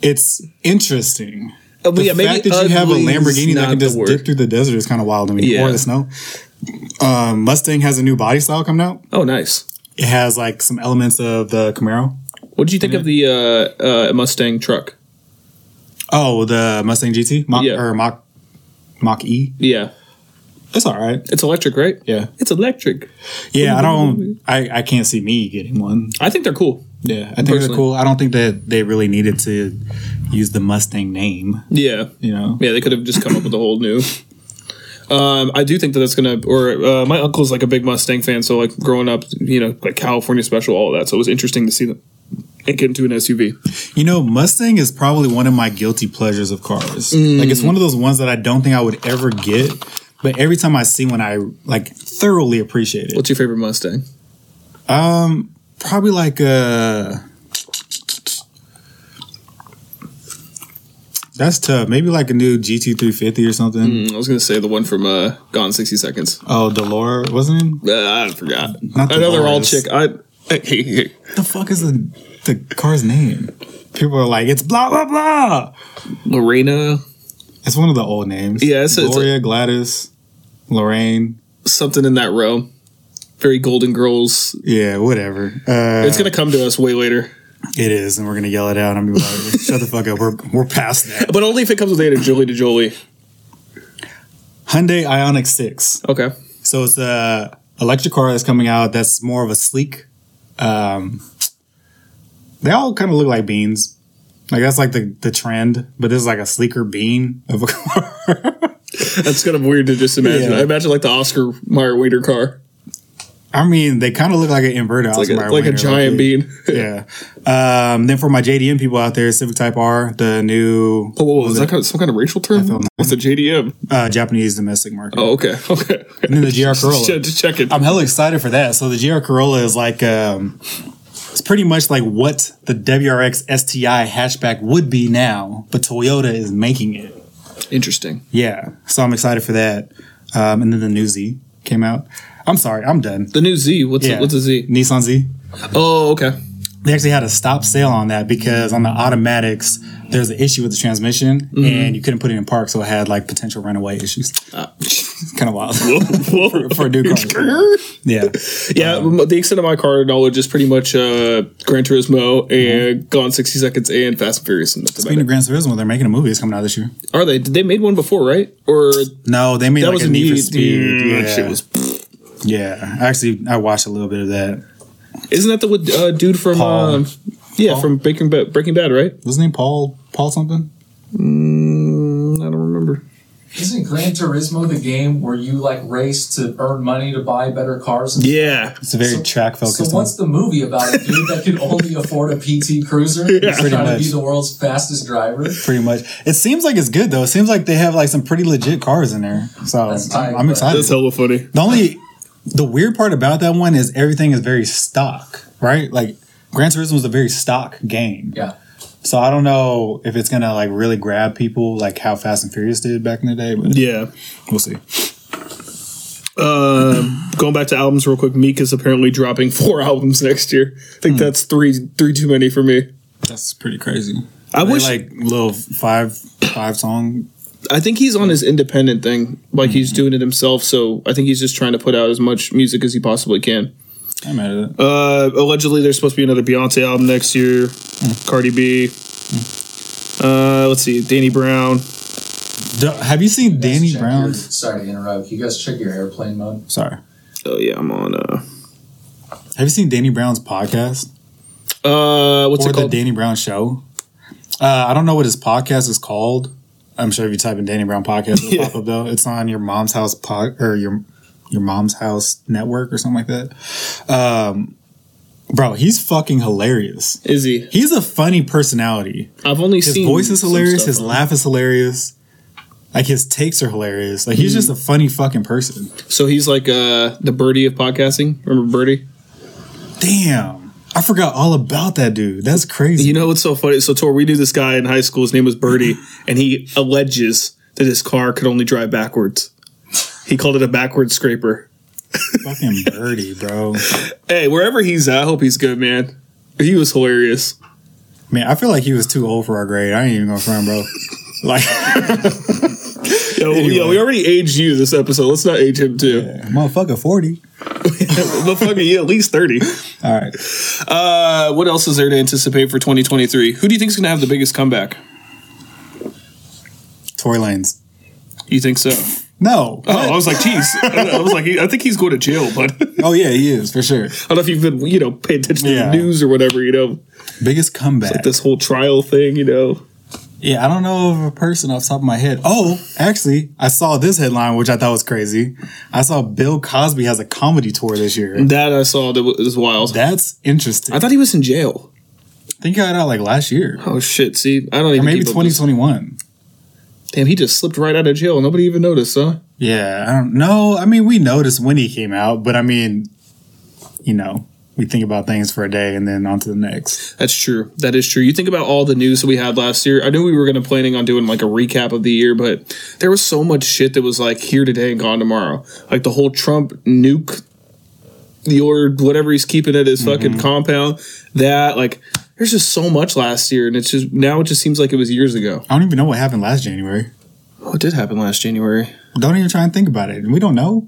[SPEAKER 7] It's interesting
[SPEAKER 6] but
[SPEAKER 7] the
[SPEAKER 6] Uh, yeah, maybe
[SPEAKER 7] fact that you have a
[SPEAKER 6] ugly is
[SPEAKER 7] Lamborghini that
[SPEAKER 6] not
[SPEAKER 7] can
[SPEAKER 6] the
[SPEAKER 7] just
[SPEAKER 6] word.
[SPEAKER 7] dip through the desert is kind of wild to me.
[SPEAKER 6] Yeah.
[SPEAKER 7] Or the snow. Um, Mustang has a new body style coming out.
[SPEAKER 6] Oh, nice.
[SPEAKER 7] It has like some elements of the Camaro.
[SPEAKER 6] What did you think of the uh, uh, Mustang truck?
[SPEAKER 7] Oh, the Mustang GT Mach,
[SPEAKER 6] Yeah.
[SPEAKER 7] or Mach Mach E.
[SPEAKER 6] Yeah,
[SPEAKER 7] That's all right.
[SPEAKER 6] it's electric, right?
[SPEAKER 7] Yeah,
[SPEAKER 6] It's electric.
[SPEAKER 7] yeah. I don't. I, I can't see me getting one.
[SPEAKER 6] I think they're cool.
[SPEAKER 7] Yeah, I think
[SPEAKER 6] Personally.
[SPEAKER 7] they're cool. I don't think that they really needed to use the Mustang name.
[SPEAKER 6] Yeah,
[SPEAKER 7] You know.
[SPEAKER 6] yeah, they could have just come up with a whole new. Um, I do think that that's gonna. Or uh, my uncle's like a big Mustang fan, so like growing up, you know, like California Special, all of that. So it was interesting to see them and get into an SUV.
[SPEAKER 7] You know, Mustang is probably one of my guilty pleasures of cars.
[SPEAKER 6] Mm.
[SPEAKER 7] Like it's one of those ones that I don't think I would ever get, but every time I see one, I like thoroughly appreciate it.
[SPEAKER 6] What's your favorite Mustang?
[SPEAKER 7] Um, probably like uh, that's tough. Maybe like a new GT three fifty or something.
[SPEAKER 6] Mm, I was gonna say the one from uh, Gone sixty seconds.
[SPEAKER 7] Oh, Delora wasn't it?
[SPEAKER 6] Uh, I forgot.
[SPEAKER 7] Not
[SPEAKER 6] Another all
[SPEAKER 7] Dolores.
[SPEAKER 6] chick. I. [LAUGHS]
[SPEAKER 7] What the fuck is the the car's name? people are like, it's blah blah blah.
[SPEAKER 6] Lorena,
[SPEAKER 7] It's one of the old names.
[SPEAKER 6] Yeah, it's- it's a-
[SPEAKER 7] Gloria, Gladys, Lorraine.
[SPEAKER 6] something in that row. Very Golden Girls.
[SPEAKER 7] Yeah, whatever. Uh,
[SPEAKER 6] It's gonna come to us way later,
[SPEAKER 7] it is, and we're gonna yell it out. I'm gonna be like, [LAUGHS] shut the fuck up. We're we're past that.
[SPEAKER 6] but only if it comes with Ada Jolie to Jolie.
[SPEAKER 7] Hyundai Ionic Six.
[SPEAKER 6] Okay,
[SPEAKER 7] So it's a electric car that's coming out. That's more of a sleek. Um, they all kind of look like beans. Like that's like the the trend, but this is like a sleeker bean of a [LAUGHS] car.
[SPEAKER 6] that's kind of weird to just imagine.
[SPEAKER 7] Yeah.
[SPEAKER 6] I imagine like the Oscar Mayer Waiter car,
[SPEAKER 7] I mean, they kind of look like an inverted
[SPEAKER 6] like a,
[SPEAKER 7] Osmar
[SPEAKER 6] like a
[SPEAKER 7] Wiener,
[SPEAKER 6] giant
[SPEAKER 7] it-
[SPEAKER 6] bean. [LAUGHS]
[SPEAKER 7] [LAUGHS] Yeah. Um, then for my JDM people out there, Civic Type R, the new
[SPEAKER 6] Oh, whoa, is that kind of, some kind of racial term?
[SPEAKER 7] felt-
[SPEAKER 6] What's the JDM?
[SPEAKER 7] uh, Japanese domestic market,
[SPEAKER 6] Oh, okay, [LAUGHS] okay. okay.
[SPEAKER 7] and then the GR
[SPEAKER 6] [LAUGHS]
[SPEAKER 7] Corolla.
[SPEAKER 6] Just, just checking.
[SPEAKER 7] I'm hella excited for that. So the GR Corolla is like um, it's pretty much like what the WRX STI hatchback would be now, but Toyota is making it.
[SPEAKER 6] Interesting.
[SPEAKER 7] Yeah, so I'm excited for that. Um, and then the new Z came out. I'm sorry, I'm done.
[SPEAKER 6] The new Z. What's
[SPEAKER 7] Yeah,
[SPEAKER 6] what's a Z?
[SPEAKER 7] Nissan Z.
[SPEAKER 6] Oh, [LAUGHS] okay.
[SPEAKER 7] They actually had a stop sale on that because on the automatics. There's an issue with the transmission, and you couldn't put it in park, so it had like potential runaway issues. [LAUGHS] kind of wild for, for a new car. Yeah,
[SPEAKER 6] [LAUGHS] Yeah, m- the extent of my car knowledge is pretty much uh, Gran Turismo and Gone 60 Seconds and Fast and Furious. And that's about
[SPEAKER 7] Speaking of
[SPEAKER 6] it.
[SPEAKER 7] Gran Turismo, they're making a movie. It's coming out this year.
[SPEAKER 6] Are they? Did they made one before, right? Or
[SPEAKER 7] No, they made
[SPEAKER 6] that
[SPEAKER 7] like
[SPEAKER 6] was
[SPEAKER 7] a
[SPEAKER 6] an
[SPEAKER 7] Need for
[SPEAKER 6] E.
[SPEAKER 7] Speed.
[SPEAKER 6] Mm,
[SPEAKER 7] yeah.
[SPEAKER 6] that shit was-
[SPEAKER 7] yeah. Actually, I watched a little bit of that.
[SPEAKER 6] Isn't that the with, uh, dude from?
[SPEAKER 7] Paul.
[SPEAKER 6] Um, yeah,
[SPEAKER 7] Paul?
[SPEAKER 6] from Breaking Bad, Breaking Bad, right?
[SPEAKER 7] Was his name Paul? Paul something?
[SPEAKER 6] Mm, I don't remember.
[SPEAKER 1] Isn't Gran Turismo the game where you like race to earn money to buy better cars? And
[SPEAKER 6] Yeah,
[SPEAKER 7] It's a very
[SPEAKER 1] So-
[SPEAKER 7] track
[SPEAKER 1] So
[SPEAKER 7] focused. one.
[SPEAKER 1] what's the movie about a dude that can
[SPEAKER 7] [LAUGHS]
[SPEAKER 1] only afford a PT Cruiser? He's
[SPEAKER 7] Pretty
[SPEAKER 1] trying to be
[SPEAKER 7] much.
[SPEAKER 1] the world's fastest driver.
[SPEAKER 7] Pretty much. It seems like it's good though. It seems like they have like some pretty legit cars in there. So
[SPEAKER 1] That's tight,
[SPEAKER 7] I'm, I'm
[SPEAKER 1] but-
[SPEAKER 7] excited.
[SPEAKER 6] that's hella funny.
[SPEAKER 7] the only the weird part about that one is everything is very stock, right? Like Gran Turismo is a very stock game.
[SPEAKER 1] Yeah.
[SPEAKER 7] So I don't know if it's gonna like really grab people like how Fast and Furious did back in the day, but
[SPEAKER 6] Yeah.
[SPEAKER 7] we'll see.
[SPEAKER 6] Um, going back to albums real quick, Meek is apparently dropping [LAUGHS] four albums next year. I think that's three three too many for me.
[SPEAKER 7] That's pretty crazy.
[SPEAKER 6] I
[SPEAKER 7] They
[SPEAKER 6] wish
[SPEAKER 7] like little five five song.
[SPEAKER 6] I think he's on his independent thing, like he's doing it himself. So I think he's just trying to put out as much music as he possibly can.
[SPEAKER 7] I'm at it.
[SPEAKER 6] Uh, allegedly, there's supposed to be another Beyonce album next year. Cardi B. Uh, let's see, Danny Brown.
[SPEAKER 7] Do- have you seen
[SPEAKER 1] You guys
[SPEAKER 7] Danny
[SPEAKER 1] check Your,
[SPEAKER 7] Brown's?
[SPEAKER 1] sorry to interrupt. You guys check your airplane mode.
[SPEAKER 7] Sorry.
[SPEAKER 6] Oh yeah, I'm on. Uh,
[SPEAKER 7] Have you seen Danny Brown's podcast
[SPEAKER 6] uh what's
[SPEAKER 7] or
[SPEAKER 6] it
[SPEAKER 7] the
[SPEAKER 6] called?
[SPEAKER 7] Danny Brown show? Uh, I don't know what his podcast is called. I'm sure if you type in Danny Brown podcast, it'll
[SPEAKER 6] [LAUGHS] Yeah.
[SPEAKER 7] pop up though. It's on your mom's house pod or your your mom's house network or something like that. Um, bro, he's fucking hilarious.
[SPEAKER 6] Izzy.
[SPEAKER 7] He's a funny personality.
[SPEAKER 6] I've only
[SPEAKER 7] His
[SPEAKER 6] seen
[SPEAKER 7] voice is
[SPEAKER 6] some
[SPEAKER 7] hilarious.
[SPEAKER 6] stuff
[SPEAKER 7] His
[SPEAKER 6] on it.
[SPEAKER 7] laugh is hilarious. Like his takes are hilarious. Like he's
[SPEAKER 6] Hmm.
[SPEAKER 7] just a funny fucking person.
[SPEAKER 6] So he's like uh the Birdie of podcasting. Remember Birdie?
[SPEAKER 7] Damn. I forgot all about that dude. That's crazy.
[SPEAKER 6] You know what's so funny? So Tor, we knew this guy in high school. His name was Birdie, [LAUGHS] and he alleges that his car could only drive backwards. He called it a backward scraper.
[SPEAKER 7] fucking birdie, bro.
[SPEAKER 6] Hey, wherever he's at, I hope he's good, man. He was hilarious.
[SPEAKER 7] Man, I feel like he was too old for our grade. I ain't even gonna front, bro. Like
[SPEAKER 6] Yo, yo, we already aged you this episode. Let's not age him too.
[SPEAKER 7] motherfucker 40.
[SPEAKER 6] [LAUGHS] but fucking you, at least thirty.
[SPEAKER 7] All right.
[SPEAKER 6] Uh, what else is there to anticipate for 2023? Who do you think is going to have the biggest comeback?
[SPEAKER 7] Tory Lanes.
[SPEAKER 6] You think so?
[SPEAKER 7] No.
[SPEAKER 6] Oh, I was like,
[SPEAKER 7] [LAUGHS]
[SPEAKER 6] geez. I was like, I think he's going to jail, but [LAUGHS] I
[SPEAKER 7] Oh yeah, he is for sure.
[SPEAKER 6] don't know if you've been, you know, paying attention
[SPEAKER 7] Yeah.
[SPEAKER 6] to the news or whatever. You know,
[SPEAKER 7] Biggest comeback.
[SPEAKER 6] this whole trial thing. You know,
[SPEAKER 7] Yeah, I don't know of a person off the top of my head. Oh, actually, I saw this headline, which I thought was crazy. I saw Bill Cosby has a comedy tour this year.
[SPEAKER 6] that I saw that was wild.
[SPEAKER 7] That's interesting.
[SPEAKER 6] I thought he was in jail.
[SPEAKER 7] I think he got out like last year.
[SPEAKER 6] Oh shit! See, I don't
[SPEAKER 7] Or
[SPEAKER 6] even.
[SPEAKER 7] maybe
[SPEAKER 6] keep up with-
[SPEAKER 7] 2021.
[SPEAKER 6] Damn, he just slipped right out of jail. Nobody even noticed, huh?
[SPEAKER 7] Yeah, I don't know. I mean, we noticed when he came out, but I mean, you know, we think about things for a day and then on to the next.
[SPEAKER 6] That's true. That is true. You think about all the news that we had last year. I knew we were going to planning on doing like a recap of the year, but there was so much shit that was like here today and gone tomorrow. Like the whole Trump Mm-hmm. nuke, your whatever he's keeping at his fucking compound. That like there's just so much last year, and it's just now it just seems like it was years ago.
[SPEAKER 7] I don't even know what happened last January.
[SPEAKER 6] What Oh, did happen last January?
[SPEAKER 7] Don't even try and think about it. We don't know.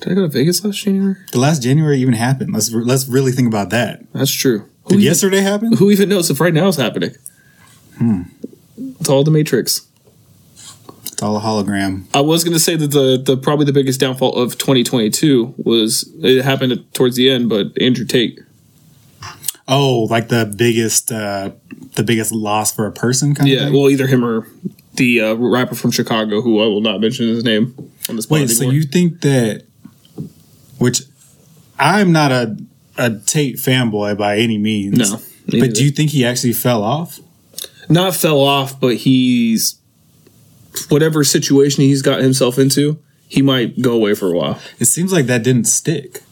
[SPEAKER 6] Did I go to Vegas last January?
[SPEAKER 7] The last January even happened. Let's let's really think about that.
[SPEAKER 6] That's true. Who
[SPEAKER 7] Did
[SPEAKER 6] even-
[SPEAKER 7] yesterday happen?
[SPEAKER 6] Who even knows if right now is happening? Hmm. It's all the Matrix.
[SPEAKER 7] It's all a hologram.
[SPEAKER 6] I was going to say that the, the probably the biggest downfall of 2022 was it happened towards the end, but Andrew Tate.
[SPEAKER 7] Oh, like the biggest uh the biggest loss for a person kind of
[SPEAKER 6] Yeah,
[SPEAKER 7] thing?
[SPEAKER 6] well, either him or the uh, rapper from Chicago, who I will not mention his name on this.
[SPEAKER 7] Wait,
[SPEAKER 6] pod
[SPEAKER 7] so
[SPEAKER 6] anymore.
[SPEAKER 7] you think that which I'm not a a Tate fanboy by any means.
[SPEAKER 6] no,
[SPEAKER 7] But do you think he actually fell off?
[SPEAKER 6] not fell off, but he's whatever situation he's got himself into, he might go away for a while.
[SPEAKER 7] It seems like that didn't stick.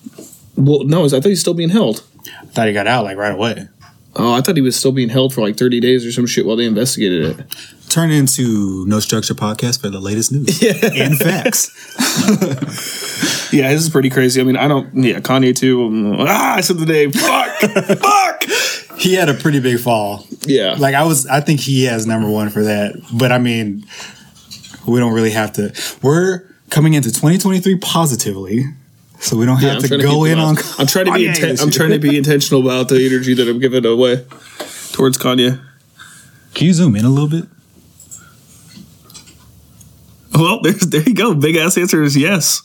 [SPEAKER 6] Well, no, I thought he's still being held.
[SPEAKER 7] I thought he got out like right away.
[SPEAKER 6] Oh, I thought he was still being held for like 30 days or some shit while they investigated it.
[SPEAKER 7] Turn into No Structure Podcast for the latest [LAUGHS] news and facts.
[SPEAKER 6] Yeah, this is pretty crazy. I mean, I don't. Yeah, Kanye too. Um, ah, I said the name. [LAUGHS] Fuck. Fuck.
[SPEAKER 7] He had a pretty big fall.
[SPEAKER 6] Yeah.
[SPEAKER 7] Like I was, I think he has number one for that. But I mean, we don't really have to. We're coming into 2023 positively, so we don't have to
[SPEAKER 6] trying
[SPEAKER 7] go
[SPEAKER 6] keep
[SPEAKER 7] in
[SPEAKER 6] them
[SPEAKER 7] on. Oh,
[SPEAKER 6] up. I'm trying to be.
[SPEAKER 7] Kanye
[SPEAKER 6] Inten-
[SPEAKER 7] this
[SPEAKER 6] I'm
[SPEAKER 7] year.
[SPEAKER 6] trying to be intentional about the energy that I'm giving away towards Kanye.
[SPEAKER 7] Can you zoom in a little bit?
[SPEAKER 6] Well, there's there you go. Big ass answer is yes.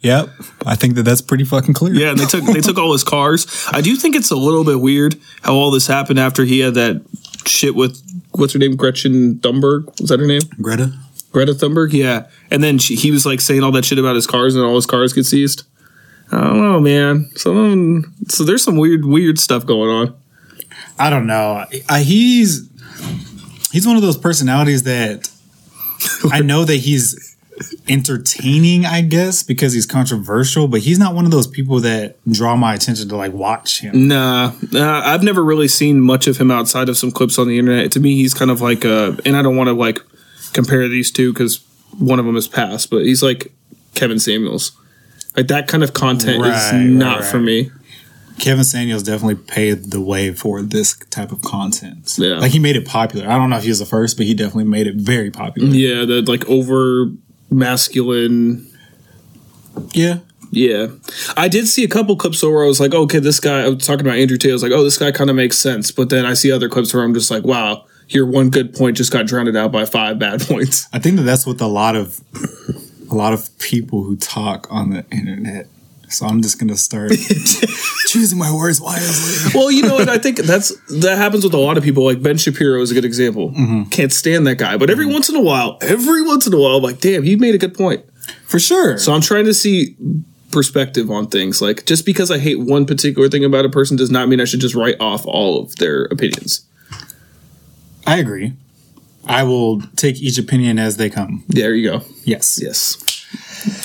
[SPEAKER 7] Yep, I think that that's pretty fucking clear.
[SPEAKER 6] Yeah, and they took they took all his cars. I do think it's a little bit weird how all this happened after he had that shit with what's her name Gretchen Thunberg. Was that her name?
[SPEAKER 7] Greta.
[SPEAKER 6] Greta Thunberg, yeah. And then she, he was like saying all that shit about his cars, and all his cars get seized. I don't know, man. Some of 'em- so there's some weird, weird stuff going on.
[SPEAKER 7] I don't know. I, he's he's one of those personalities that I know that he's entertaining, I guess, because he's controversial. But he's not one of those people that draw my attention to like watch him.
[SPEAKER 6] Nah, nah, I've never really seen much of him outside of some clips on the internet. To me, he's kind of like a, and I don't want to like compare these two because one of them is past, but he's like Kevin Samuels. Like that kind of content is
[SPEAKER 7] Right, right,
[SPEAKER 6] not for
[SPEAKER 7] right.
[SPEAKER 6] me.
[SPEAKER 7] Kevin Samuels definitely paved the way for this type of content.
[SPEAKER 6] Yeah.
[SPEAKER 7] Like he made it popular. I don't know if he was the first, but he definitely made it very popular.
[SPEAKER 6] Yeah, the like over masculine
[SPEAKER 7] Yeah.
[SPEAKER 6] Yeah, I did see a couple clips though where I was like, okay, this guy. I was talking about Andrew Tate. I was like, oh, this guy kind of makes sense. But then I see other clips where I'm just like, wow, your one good point just got drowned out by five bad [LAUGHS] points.
[SPEAKER 7] I think that that's with a lot of a lot of people who talk on the internet. So I'm just gonna start [LAUGHS] choosing my words wisely.
[SPEAKER 6] well, you know, and I think that's that happens with a lot of people. Like Ben Shapiro is a good example. Can't stand that guy, but every once in a while, every once in a while, I'm like, damn, he made a good point.
[SPEAKER 7] For sure.
[SPEAKER 6] So I'm trying to see perspective on things. Like just because I hate one particular thing about a person does not mean I should just write off all of their opinions.
[SPEAKER 7] I agree. I will take each opinion as they come.
[SPEAKER 6] There you go.
[SPEAKER 7] Yes.
[SPEAKER 6] Yes.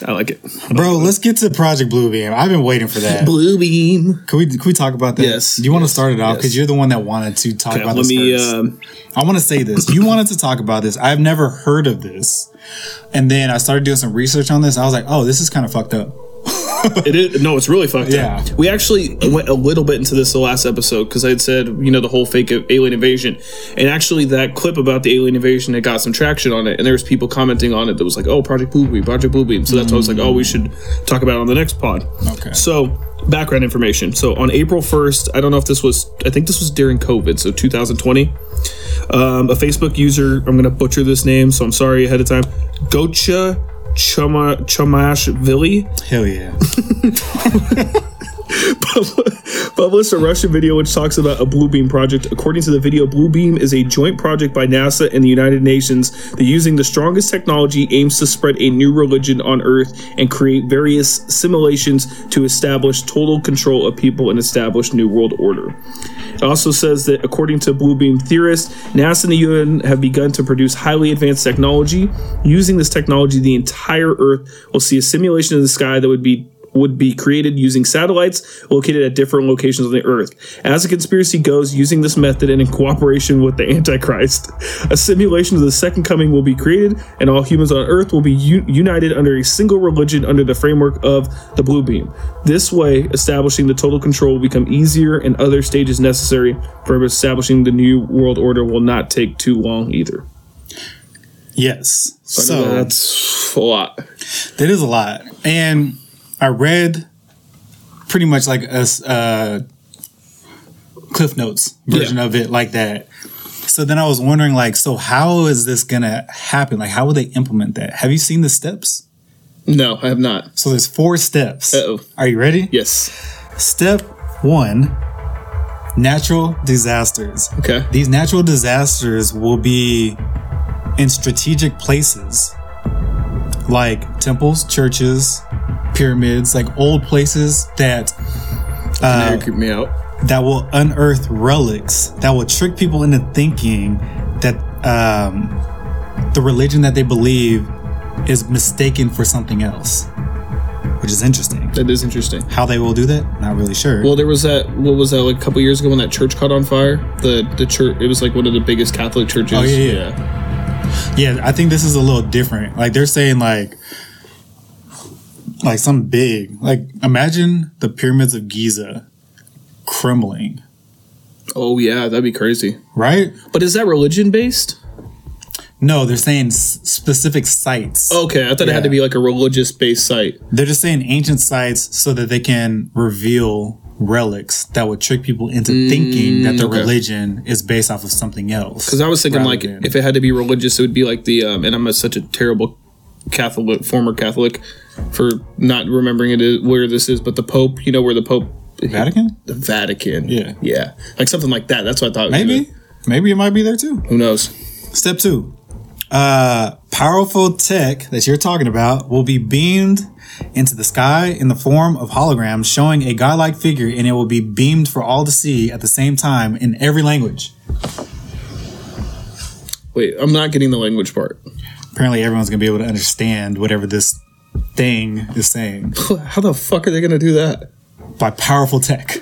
[SPEAKER 6] I like it.
[SPEAKER 7] Bro, let's get to Project Blue Beam. I've been waiting for that.
[SPEAKER 6] Blue beam.
[SPEAKER 7] Can we can we talk about that?
[SPEAKER 6] Yes.
[SPEAKER 7] Do you want to start it off?
[SPEAKER 6] Yes.
[SPEAKER 7] Because you're the one that wanted to talk
[SPEAKER 6] Okay,
[SPEAKER 7] about
[SPEAKER 6] let
[SPEAKER 7] this
[SPEAKER 6] me.
[SPEAKER 7] first.
[SPEAKER 6] Um,
[SPEAKER 7] I want to say this. You wanted to talk about this. I've never heard of this. And then I started doing some research on this. I was like, oh, this is kind of fucked up.
[SPEAKER 6] it is no, it's really fucked
[SPEAKER 7] Yeah.
[SPEAKER 6] up. We actually went a little bit into this the last episode because I had said you know the whole fake alien invasion, and actually that clip about the alien invasion it got some traction on it, and there was people commenting on it that was like, oh, Project Blue Beam, Project Blue Beam. So that's why I was like, oh, we should talk about it on the next pod.
[SPEAKER 7] Okay.
[SPEAKER 6] So background information. So on April first, I don't know if this was, I think this was during COVID, so 2020. um, a Facebook user. I'm going to butcher this name, so I'm sorry ahead of time. Gocha Chama Chamashvili
[SPEAKER 7] Hell yeah.
[SPEAKER 6] [LAUGHS] [LAUGHS] published a Russian video which talks about a Blue Beam project. According to the video, Blue Beam is a joint project by NASA and the United Nations that, using the strongest technology, aims to spread a new religion on Earth and create various simulations to establish total control of people and establish new world order. It also says that, according to Blue Beam theorists, NASA and the UN have begun to produce highly advanced technology. Using this technology, the entire Earth will see a simulation of the sky that would be would be created using satellites located at different locations on the Earth. As the conspiracy goes, using this method and in cooperation with the Antichrist, a simulation of the Second Coming will be created, and all humans on Earth will be u- united under a single religion under the framework of the Blue Beam. This way, establishing the total control will become easier, and other stages necessary for establishing the new world order will not take too long either.
[SPEAKER 7] Yes. So,
[SPEAKER 6] that's a lot.
[SPEAKER 7] that is a lot. And I read pretty much like a s- uh, Cliff Notes version
[SPEAKER 6] Yeah.
[SPEAKER 7] of it like that. So then I was wondering like, so how is this gonna happen? Like, how would they implement that? Have you seen the steps?
[SPEAKER 6] No, I have not.
[SPEAKER 7] So there's four steps.
[SPEAKER 6] Uh-oh.
[SPEAKER 7] Are you ready?
[SPEAKER 6] Yes.
[SPEAKER 7] Step one natural disasters.
[SPEAKER 6] Okay.
[SPEAKER 7] These natural disasters will be in strategic places like temples, churches, pyramids, like old places that
[SPEAKER 6] Now
[SPEAKER 7] uh,
[SPEAKER 6] you creep me out.
[SPEAKER 7] that will unearth relics that will trick people into thinking that um, the religion that they believe is mistaken for something else, which is interesting.
[SPEAKER 6] That is interesting.
[SPEAKER 7] How they will do that, not really sure.
[SPEAKER 6] Well, there was that. What was that? Like a couple years ago, when that church caught on fire. The the church. It was like one of the biggest Catholic churches.
[SPEAKER 7] Oh, yeah, yeah. Yeah, I think this is a little different. Like they're saying like like some big like imagine the pyramids of Giza crumbling,
[SPEAKER 6] Oh yeah, that'd be crazy.
[SPEAKER 7] right?
[SPEAKER 6] But is that religion based?
[SPEAKER 7] No, they're saying s- specific sites.
[SPEAKER 6] Okay, I thought it had to
[SPEAKER 7] Yeah.
[SPEAKER 6] be like a religious based site.
[SPEAKER 7] They're just saying ancient sites so that they can reveal relics that would trick people into thinking that their
[SPEAKER 6] Mm, okay.
[SPEAKER 7] religion is based off of something else.
[SPEAKER 6] Because I was thinking
[SPEAKER 7] Rather
[SPEAKER 6] like
[SPEAKER 7] than-
[SPEAKER 6] if it had to be religious, it would be like the um, and I'm a, such a terrible Catholic former Catholic for not remembering it is- where this is, but the Pope. You know where the Pope.
[SPEAKER 7] Vatican?
[SPEAKER 6] The Vatican.
[SPEAKER 7] Yeah.
[SPEAKER 6] Yeah. Like something like that. That's what I thought. it was
[SPEAKER 7] Maybe.
[SPEAKER 6] gonna-
[SPEAKER 7] Maybe it might be there too.
[SPEAKER 6] Who knows?
[SPEAKER 7] Step two, uh, powerful tech that you're talking about will be beamed into the sky in the form of holograms showing a godlike figure, and it will be beamed for all to see at the same time in every language.
[SPEAKER 6] Wait, I'm not getting the language part.
[SPEAKER 7] Apparently, everyone's gonna be able to understand whatever this thing is saying
[SPEAKER 6] How the fuck are they gonna do that? [LAUGHS]
[SPEAKER 7] by powerful tech.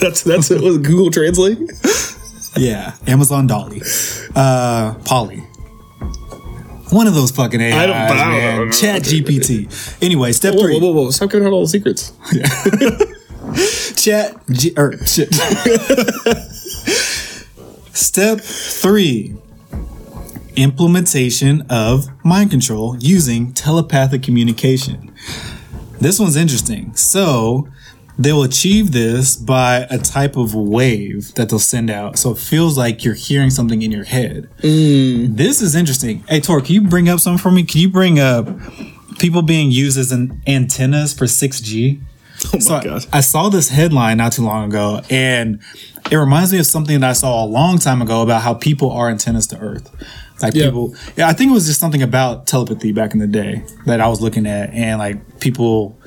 [SPEAKER 6] That's that's it was
[SPEAKER 7] [LAUGHS]
[SPEAKER 6] Google Translate.
[SPEAKER 7] Yeah, Amazon Dolly, uh, Polly. One of those fucking AIs,
[SPEAKER 6] I don't- I don't
[SPEAKER 7] man.
[SPEAKER 6] know.
[SPEAKER 7] Chat GPT. Anyway, step
[SPEAKER 6] Whoa,
[SPEAKER 7] three.
[SPEAKER 6] whoa, whoa, whoa! Stop giving out all the secrets.
[SPEAKER 7] Chat G or shit. Step three implementation of mind control using telepathic communication. This one's interesting. So they'll achieve this by a type of wave that they'll send out. So it feels like you're hearing something in your head. This is interesting. Hey Tor, can you bring up something for me? Can you bring up people being used as an antennas for 6G?
[SPEAKER 6] Oh my
[SPEAKER 7] So I, I saw this headline not too long ago, and it reminds me of something that I saw a long time ago about how people are antennas to Earth. Like
[SPEAKER 6] Yeah.
[SPEAKER 7] people, yeah, I think it was just something about telepathy back in the day that I was looking at, and like people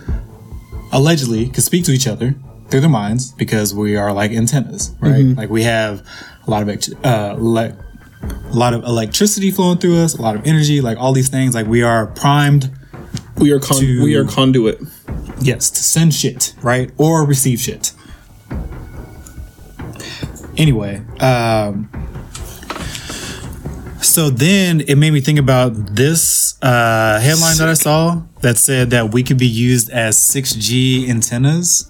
[SPEAKER 7] allegedly could speak to each other through their minds because we are like antennas, right?
[SPEAKER 6] Mm-hmm.
[SPEAKER 7] Like we have a lot of ex- uh, le- a lot of electricity flowing through us, a lot of energy, like all these things. Like we are primed
[SPEAKER 6] We are con-
[SPEAKER 7] To-
[SPEAKER 6] we are conduit.
[SPEAKER 7] Yes, to send shit, right? Or receive shit. Anyway, um, so then it made me think about this uh, headline that I saw that said that we could be used as 6G antennas.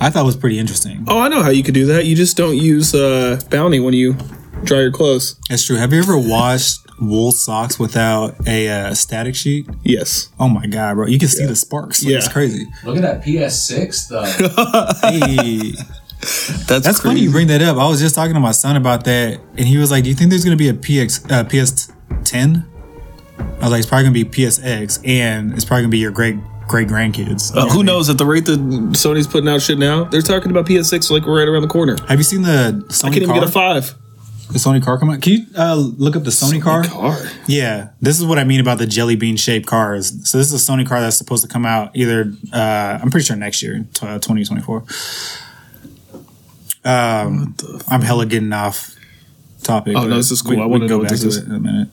[SPEAKER 7] I thought it was pretty interesting.
[SPEAKER 6] Oh, I know how you could do that. You just don't use uh, bounty when you dry your clothes.
[SPEAKER 7] That's true. Have you ever washed wool socks without a uh, static sheet?
[SPEAKER 6] Yes.
[SPEAKER 7] Oh my god, bro! You can see the sparks. Like, It's
[SPEAKER 6] Yeah.
[SPEAKER 7] crazy.
[SPEAKER 6] [LAUGHS]
[SPEAKER 1] Look at that PS6
[SPEAKER 7] [LAUGHS]
[SPEAKER 1] though.
[SPEAKER 7] Hey.
[SPEAKER 6] That's
[SPEAKER 7] That's funny you bring that up. I was just talking to my son about that, and he was like, "Do you think there's gonna be a PX uh, PS10?" I was like, "It's probably gonna be PSX, and it's probably gonna be your great great grandkids."
[SPEAKER 6] Uh, who knows? At the rate that Sony's putting out shit now, they're talking about PS6 like we're right around the corner. I
[SPEAKER 7] Have you seen the Sony
[SPEAKER 6] can't even
[SPEAKER 7] car?
[SPEAKER 6] get a five.
[SPEAKER 7] the Sony car come out? Can you uh, look up the Sony, car? Yeah, this is what I mean about the jelly bean shaped cars. So this is a Sony car that's supposed to come out either uh, I'm pretty sure next year, t- uh, 2024. Um, I'm hella getting off topic.
[SPEAKER 6] Oh, no,
[SPEAKER 7] but
[SPEAKER 6] this is cool. I
[SPEAKER 7] we
[SPEAKER 6] wanna
[SPEAKER 7] can
[SPEAKER 6] know what this is.
[SPEAKER 7] it in a minute.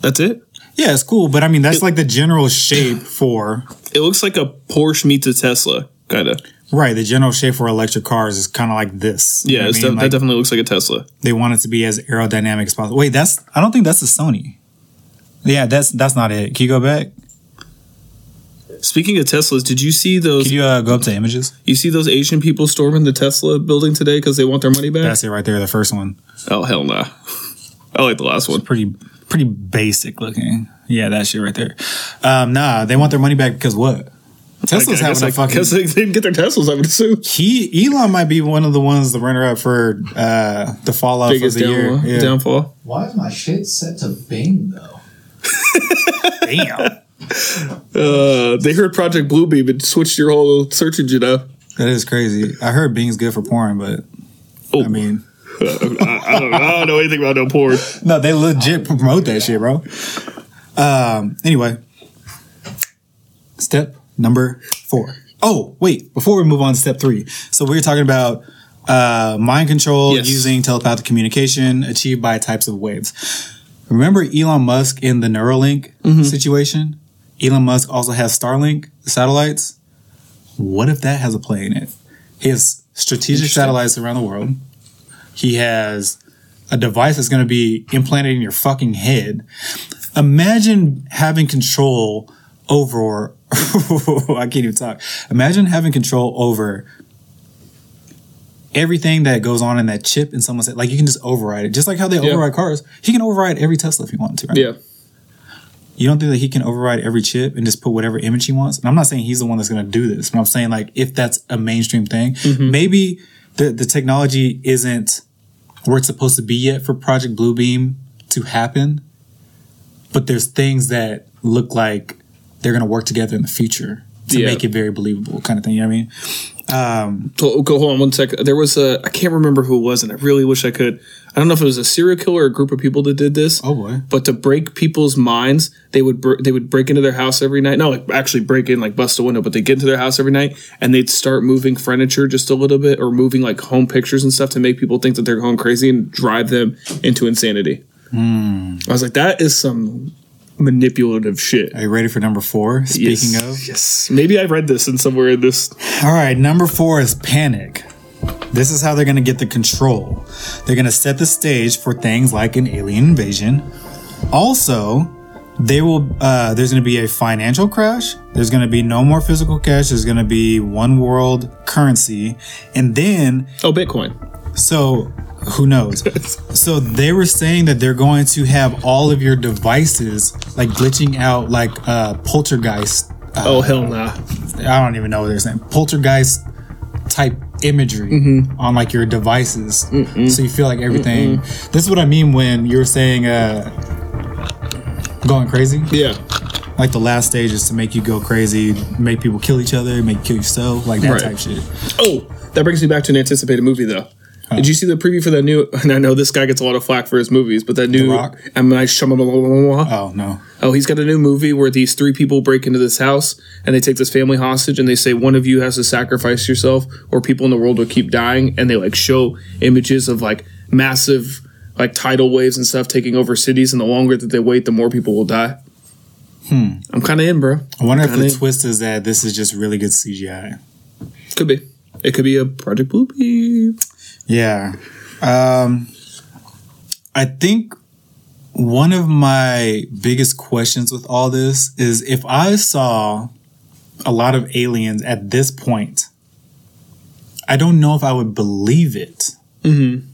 [SPEAKER 6] That's it.
[SPEAKER 7] Yeah, it's cool, but I mean that's like the general
[SPEAKER 6] [CLEARS THROAT]
[SPEAKER 7] shape for
[SPEAKER 6] It looks like a Porsche meets a Tesla, kind of.
[SPEAKER 7] right. The general shape for electric cars is kind of like this. You
[SPEAKER 6] Yeah,
[SPEAKER 7] know
[SPEAKER 6] it's
[SPEAKER 7] what I mean?
[SPEAKER 6] def-
[SPEAKER 7] Like,
[SPEAKER 6] that definitely looks like a Tesla.
[SPEAKER 7] they want it to be as aerodynamic as possible. Wait, that's I don't think that's a Sony. Yeah, that's that's not it. Can you go back?
[SPEAKER 6] Speaking of Teslas, did you see those?
[SPEAKER 7] Can
[SPEAKER 6] You-,
[SPEAKER 7] you uh, go up to images?
[SPEAKER 6] see those Asian people storming the Tesla building today because they want their money back?
[SPEAKER 7] That's it right there. The first one,
[SPEAKER 6] oh hell nah. [LAUGHS] I like the last one.
[SPEAKER 7] pretty pretty basic looking. Yeah, that shit right there. Um, nah, they want their money back because what? Tesla's
[SPEAKER 6] I guess
[SPEAKER 7] having a
[SPEAKER 6] I- 'cause
[SPEAKER 7] fucking.
[SPEAKER 6] they didn't get their Teslas. I would assume.
[SPEAKER 7] He Elon might be one of the ones the runner up for uh, the falloff of
[SPEAKER 6] Biggest
[SPEAKER 7] the year.
[SPEAKER 6] downfall.
[SPEAKER 7] Yeah.
[SPEAKER 6] downfall.
[SPEAKER 1] Why is my shit set to Bing though?
[SPEAKER 7] Damn.
[SPEAKER 6] Uh, they heard Project Bluebeam and switched your whole search engine up.
[SPEAKER 7] That is crazy. I heard Bing's good for porn, but
[SPEAKER 6] Oh.
[SPEAKER 7] I mean,
[SPEAKER 6] I, I don't, Oh, I don't know anything about no porn.
[SPEAKER 7] [LAUGHS] no, they legit promote that shit, bro. Um. Anyway, step number four. Oh, wait! Before we move on to step three, so we were talking about uh, mind control
[SPEAKER 6] Yes.
[SPEAKER 7] using telepathic communication achieved by types of waves. Remember Elon Musk in the Neuralink situation? Elon Musk also has Starlink satellites. What if that has a play in it? He has strategic satellites around the world. He has a device that's going to be implanted in your fucking head. Imagine having control over. [LAUGHS] I can't even talk. Imagine having control over everything that goes on in that chip in someone's head. Like you can just override it, just like how they
[SPEAKER 6] Yeah.
[SPEAKER 7] override cars. He can override every Tesla if he wanted to. Right?
[SPEAKER 6] [LAUGHS] Yeah.
[SPEAKER 7] You don't think that he can override every chip and just put whatever image he wants? And I'm not saying he's the one that's going to do this, but I'm saying like if that's a mainstream thing,
[SPEAKER 6] Mm-hmm.
[SPEAKER 7] maybe the the technology isn't where it's supposed to be yet for Project Bluebeam to happen, but there's things that look like they're going to work together in the future to
[SPEAKER 6] Yeah.
[SPEAKER 7] make it very believable, kind of thing. You know what I mean?
[SPEAKER 6] So, oh, go hold on one sec. There was a I can't remember who it was, and I really wish I could. I don't know if it was a serial killer or a group of people that did this.
[SPEAKER 7] Oh, boy.
[SPEAKER 6] But to break people's minds, they would br- they would break into their house every night. No, like actually break in, like bust a window, but they get into their house every night and they'd start moving furniture just a little bit or moving like home pictures and stuff to make people think that they're going crazy and drive them into insanity.
[SPEAKER 7] Hmm.
[SPEAKER 6] I was like, that is some manipulative shit.
[SPEAKER 7] Are you ready for number four? Uh, Speaking
[SPEAKER 6] yes.
[SPEAKER 7] of,
[SPEAKER 6] yes, maybe I read this in somewhere in this.
[SPEAKER 7] All right, number four is panic. This is how they're going to get the control. They're going to set the stage for things like an alien invasion. Also, they will. Uh, there's going to be a financial crash. There's going to be no more physical cash. There's going to be one world currency, and then
[SPEAKER 6] Oh, Bitcoin.
[SPEAKER 7] so who knows? so they were saying that they're going to have all of your devices like glitching out, like uh, poltergeist
[SPEAKER 6] [LAUGHS] Oh hell nah.
[SPEAKER 7] I don't even know what they're saying. Poltergeist type imagery on like your devices, so you feel like everything. This is what I mean when you were saying uh, going crazy.
[SPEAKER 6] Yeah.
[SPEAKER 7] Like the last stage is to make you go crazy, make people kill each other, make you kill yourself, like that
[SPEAKER 6] Right.
[SPEAKER 7] type shit.
[SPEAKER 6] Oh, that brings me back to an anticipated movie, though. Did you see the preview for that new? [LAUGHS] And I know this guy gets a lot of flack for his movies, but that new
[SPEAKER 7] Rock?
[SPEAKER 6] M Night Shyamalan.
[SPEAKER 7] Oh no,
[SPEAKER 6] Oh, he's got a new movie where these three people break into this house and they take this family hostage and they say one of you has to sacrifice yourself or people in the world will keep dying. And they like show images of like massive like tidal waves and stuff taking over cities. And the longer that they wait, the more people will die. Hmm. I'm kind of in, bro.
[SPEAKER 7] I wonder if the
[SPEAKER 6] Kinda-
[SPEAKER 7] twist is that this is just really good CGI.
[SPEAKER 6] Could be. It could be a Project Bluebeam.
[SPEAKER 7] Yeah. Um, I think one of my biggest questions with all this is if I saw a lot of aliens at this point, I don't know if I would believe it.
[SPEAKER 6] Mm-hmm.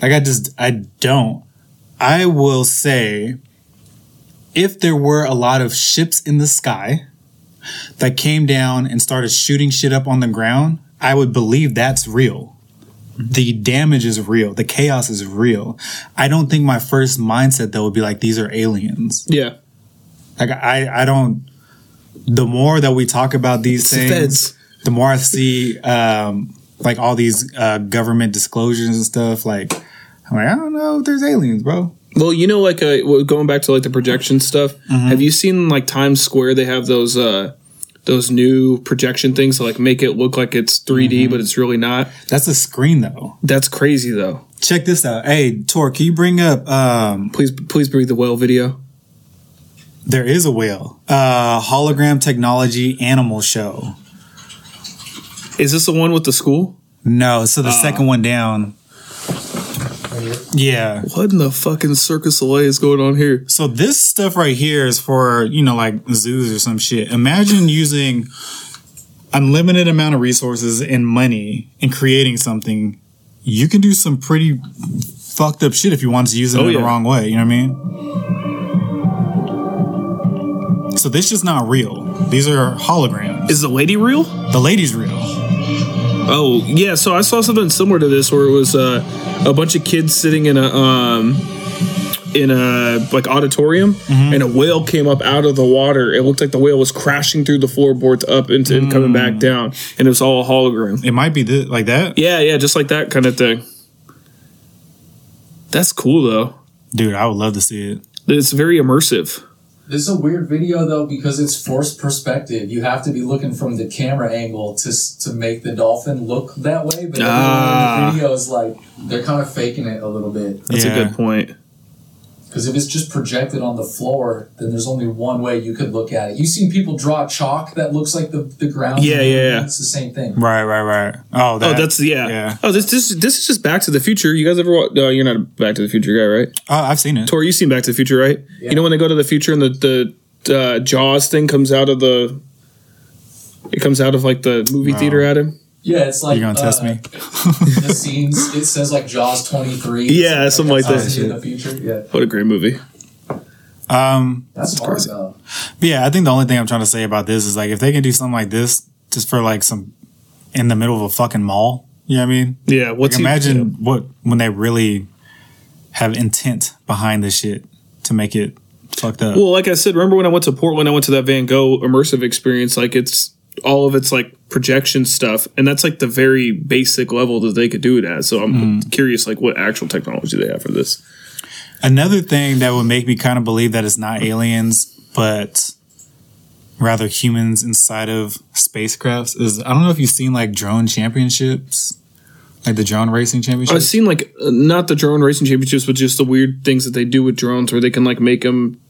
[SPEAKER 7] Like, I just, I don't. I will say if there were a lot of ships in the sky that came down and started shooting shit up on the ground, I would believe that's real the damage is real. The chaos is real. I don't think my first mindset though would be like these are aliens.
[SPEAKER 6] Yeah.
[SPEAKER 7] Like I, I don't. The more that we talk about these
[SPEAKER 6] It's the
[SPEAKER 7] things,
[SPEAKER 6] feds.
[SPEAKER 7] the more I see um, like all these uh, government disclosures and stuff. Like I'm like I don't know if there's aliens, bro.
[SPEAKER 6] Well, you know, like uh, well, going back to like the projection stuff. Have you seen like Times Square? They have those uh those new projection things to like make it look like it's 3D, but it's really not.
[SPEAKER 7] That's a screen though.
[SPEAKER 6] That's crazy, though.
[SPEAKER 7] Check this out. Hey Tor, can you bring up? Um,
[SPEAKER 6] Please, please breathe the well video.
[SPEAKER 7] There is a whale. Uh, hologram technology animal show.
[SPEAKER 6] Is this the one with the school?
[SPEAKER 7] No, so the second one down. Yeah.
[SPEAKER 6] What in the fucking circus Soleil is going on here?
[SPEAKER 7] So this stuff right here is for, you know, like zoos or some shit. Imagine using unlimited amount of resources and money and creating something. You can do some pretty fucked up shit if you want to use it
[SPEAKER 6] Oh,
[SPEAKER 7] in
[SPEAKER 6] yeah.
[SPEAKER 7] the wrong way, you know what I mean? So this is not real. These are holograms.
[SPEAKER 6] Is the lady real?
[SPEAKER 7] The lady's real.
[SPEAKER 6] Oh yeah, so I saw something similar to this where it was uh, a bunch of kids sitting in a um, in a like auditorium, and a whale came up out of the water. It looked like the whale was crashing through the floorboards up into, and coming back down, and it was all a hologram.
[SPEAKER 7] It might be th- like that.
[SPEAKER 6] Yeah, yeah, just like that kind of thing. That's cool though.
[SPEAKER 7] Dude, I would love to see it.
[SPEAKER 6] It's very immersive.
[SPEAKER 1] This is a weird video though because it's forced perspective. You have to be looking from the camera angle to s- to make the dolphin look that way. But
[SPEAKER 6] Ah.
[SPEAKER 1] everyone in the video is like they're kind of faking it a little bit
[SPEAKER 6] That's
[SPEAKER 7] Yeah.
[SPEAKER 6] a good point.
[SPEAKER 1] because if it's just projected on the floor, then there's only one way you could look at it. You've seen people draw chalk that looks like the the ground.
[SPEAKER 6] Yeah, yeah, yeah.
[SPEAKER 1] It's the same thing.
[SPEAKER 7] Right, right, right. Oh, that,
[SPEAKER 6] oh, that's yeah.
[SPEAKER 7] yeah.
[SPEAKER 6] Oh, this this this is just Back to the Future. You guys ever? Watch, no, you're not a Back to the Future guy, right?
[SPEAKER 7] Oh, I've seen it.
[SPEAKER 6] Tori, you've seen Back to the Future, right?
[SPEAKER 1] Yeah.
[SPEAKER 6] You know when they go to the future and the the uh, Jaws thing comes out of the, it comes out of like the movie
[SPEAKER 7] No.
[SPEAKER 6] theater at him.
[SPEAKER 1] Yeah, it's like
[SPEAKER 7] You're gonna test
[SPEAKER 1] uh,
[SPEAKER 7] me.
[SPEAKER 1] The scenes it says like Jaws 23.
[SPEAKER 6] Yeah, something like
[SPEAKER 1] that's
[SPEAKER 6] that.
[SPEAKER 1] In the future, yeah,
[SPEAKER 6] What a great movie!
[SPEAKER 7] Um,
[SPEAKER 1] that's hard though.
[SPEAKER 7] But yeah, I think the only thing I'm trying to say about this is like if they can do something like this just for like some in the middle of a fucking mall, you know what I mean?
[SPEAKER 6] Yeah, what's
[SPEAKER 7] Like
[SPEAKER 6] he-
[SPEAKER 7] imagine what when they really have intent behind this shit to make it fucked up.
[SPEAKER 6] Well, like I said, remember when I went to Portland? I went to that Van Gogh immersive experience. Like it's all of its like projection stuff, and that's like the very basic level that they could do it at. So I'm
[SPEAKER 7] Mm-hmm.
[SPEAKER 6] curious, like what actual technology they have for this.
[SPEAKER 7] Another thing that would make me kind of believe that it's not aliens, but rather humans inside of spacecrafts is I don't know if you've seen like drone championships, like the drone racing
[SPEAKER 6] I've
[SPEAKER 7] championships.
[SPEAKER 6] seen like uh, not the drone racing championships, but just the weird things that they do with drones, where they can like make them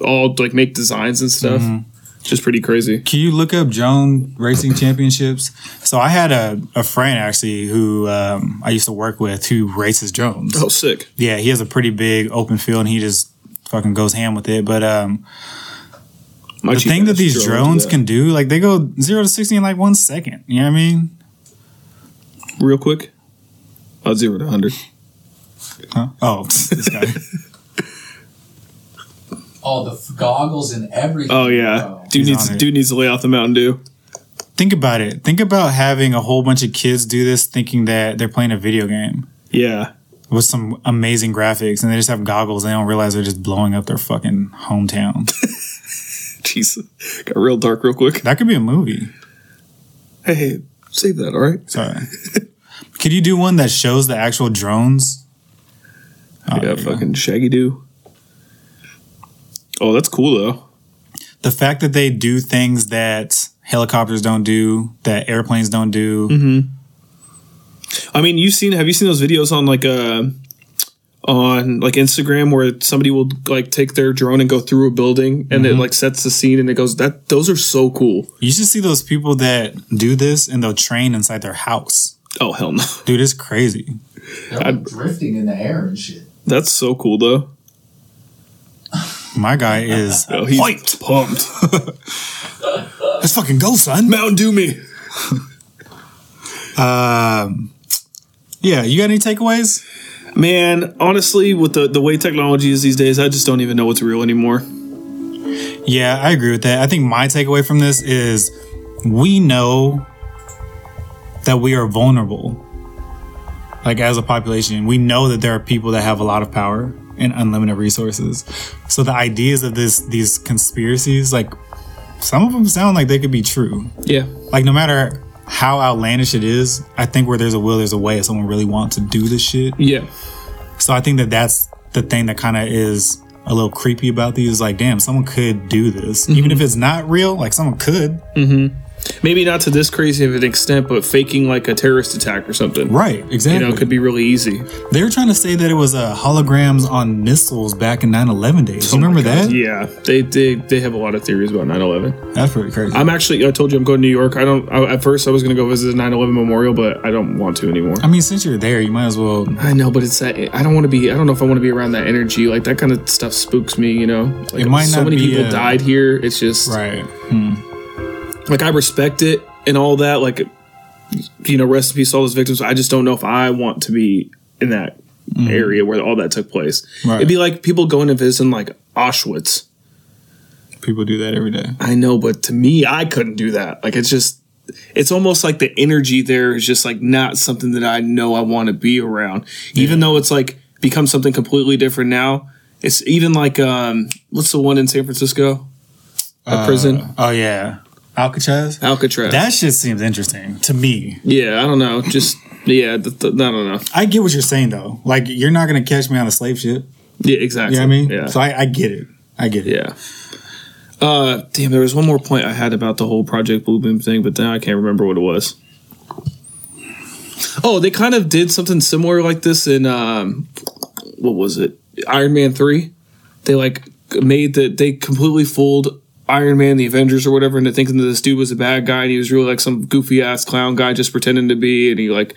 [SPEAKER 6] all like make designs and stuff. Just pretty crazy.
[SPEAKER 7] Can you look up drone racing championships? So I had a, a friend actually who um, I used to work with who races drones.
[SPEAKER 6] Oh, sick!
[SPEAKER 7] Yeah, he has a pretty big open field and he just fucking goes ham with it. But um,
[SPEAKER 6] My
[SPEAKER 7] the
[SPEAKER 6] cheap
[SPEAKER 7] thing that
[SPEAKER 6] ass
[SPEAKER 7] these
[SPEAKER 6] drone
[SPEAKER 7] drones
[SPEAKER 6] did that.
[SPEAKER 7] can do, like they go zero to sixty in like one second. You know what I mean?
[SPEAKER 6] real quick, uh, zero to hundred.
[SPEAKER 7] Huh? Oh, [LAUGHS] this guy.
[SPEAKER 1] Oh, the f- goggles and everything.
[SPEAKER 7] Uh.
[SPEAKER 6] Oh yeah,
[SPEAKER 1] bro.
[SPEAKER 6] dude
[SPEAKER 7] He's
[SPEAKER 6] needs
[SPEAKER 7] on it.
[SPEAKER 6] dude needs to lay off the Mountain Dew.
[SPEAKER 7] Think about it. Think about having a whole bunch of kids do this, thinking that they're playing a video game
[SPEAKER 6] Yeah,
[SPEAKER 7] with some amazing graphics, and they just have goggles. And they don't realize they're just blowing up their fucking hometown. [LAUGHS]
[SPEAKER 6] Jesus, got real dark real quick.
[SPEAKER 7] that could be a movie.
[SPEAKER 6] Hey, save that, all right?
[SPEAKER 7] Sorry. Could you do one that shows the actual drones? Oh,
[SPEAKER 6] yeah,
[SPEAKER 7] there you go.
[SPEAKER 6] fucking Shaggy Doo. Oh, that's cool though.
[SPEAKER 7] The fact that they do things that helicopters don't do, that airplanes don't do.
[SPEAKER 6] I mean, you've seen have you seen those videos on like uh on like Instagram where somebody will like take their drone and go through a building and it like sets the scene and it goes that those are so cool.
[SPEAKER 7] You should see those people that do this and they'll train inside their house.
[SPEAKER 6] Oh hell no. [LAUGHS]
[SPEAKER 7] Dude, it's crazy.
[SPEAKER 1] They're like drifting in the air and shit.
[SPEAKER 6] That's so cool though.
[SPEAKER 7] My guy is
[SPEAKER 6] Oh, he's pumped.
[SPEAKER 7] let's fucking go, son.
[SPEAKER 6] Mountain Dew me.
[SPEAKER 7] Yeah, you got any takeaways?
[SPEAKER 6] Man, honestly, with the the way technology is these days, I just don't even know what's real anymore.
[SPEAKER 7] Yeah, I agree with that. I think my takeaway from this is we know that we are vulnerable. Like as a population, we know that there are people that have a lot of power and unlimited resources. So the ideas of this these conspiracies, like some of them sound like they could be true.
[SPEAKER 6] Yeah.
[SPEAKER 7] Like no matter how outlandish it is, I think where there's a will, there's a way. If someone really wants to do this shit,
[SPEAKER 6] Yeah.
[SPEAKER 7] so I think that that's the thing that kind of is a little creepy about these. Like, damn, someone could do this, even if it's not real. Like, someone could. Mm-hmm.
[SPEAKER 6] Maybe not to this crazy of an extent, but faking like a terrorist attack or something.
[SPEAKER 7] [LAUGHS] Right,
[SPEAKER 6] You
[SPEAKER 7] exactly.
[SPEAKER 6] know, could be really easy.
[SPEAKER 7] they were trying to say that it was uh, holograms on missiles back in 9-11 days. You remember that?
[SPEAKER 6] Yeah, they they, they have a lot of theories about 9/11.
[SPEAKER 7] That's pretty crazy. i
[SPEAKER 6] I'm actually I told you I'm going to New York. I don't I, at first I was going to go visit the 9/11 memorial, but I don't want to anymore.
[SPEAKER 7] mean, since you're there, you might as well.
[SPEAKER 6] I know, but it's that I don't want to be. I don't know if I want to be around that energy. Like that kind of stuff spooks me. You know, like
[SPEAKER 7] It might
[SPEAKER 6] so
[SPEAKER 7] not
[SPEAKER 6] many
[SPEAKER 7] be
[SPEAKER 6] people
[SPEAKER 7] a-
[SPEAKER 6] died here. It's just
[SPEAKER 7] Right.
[SPEAKER 6] like I respect it and all that. Like you know, rest in peace to all those victims. I just don't know if I want to be in that area where all that took place.
[SPEAKER 7] Mm. Right.
[SPEAKER 6] It'd be like people going to visit like Auschwitz.
[SPEAKER 7] People do that every day.
[SPEAKER 6] I know, but to me, I couldn't do that. Like it's just, it's almost like the energy there is just like not something that I know I want to be around. Even though it's like become something completely different now. It's even like um, what's the one in San Francisco? A prison,
[SPEAKER 7] Oh, yeah. Alcatraz?
[SPEAKER 6] Alcatraz.
[SPEAKER 7] That shit seems interesting to me.
[SPEAKER 6] yeah, I don't know. Just yeah, th- th- I don't know.
[SPEAKER 7] I get what you're saying, though. Like, you're not going to catch me on a slave ship.
[SPEAKER 6] Yeah, exactly.
[SPEAKER 7] You know what I mean?
[SPEAKER 6] yeah,
[SPEAKER 7] So I, I get it. I get it.
[SPEAKER 6] yeah. Uh, damn, there was one more point I had about the whole Project Blue Boom thing, but now I can't remember what it was. Oh, they kind of did something similar like this in um, what was it? Iron Man three. They like made the they completely fooled Iron Man, the Avengers, or whatever, into thinking that this dude was a bad guy and he was really like some goofy ass clown guy just pretending to be, and he like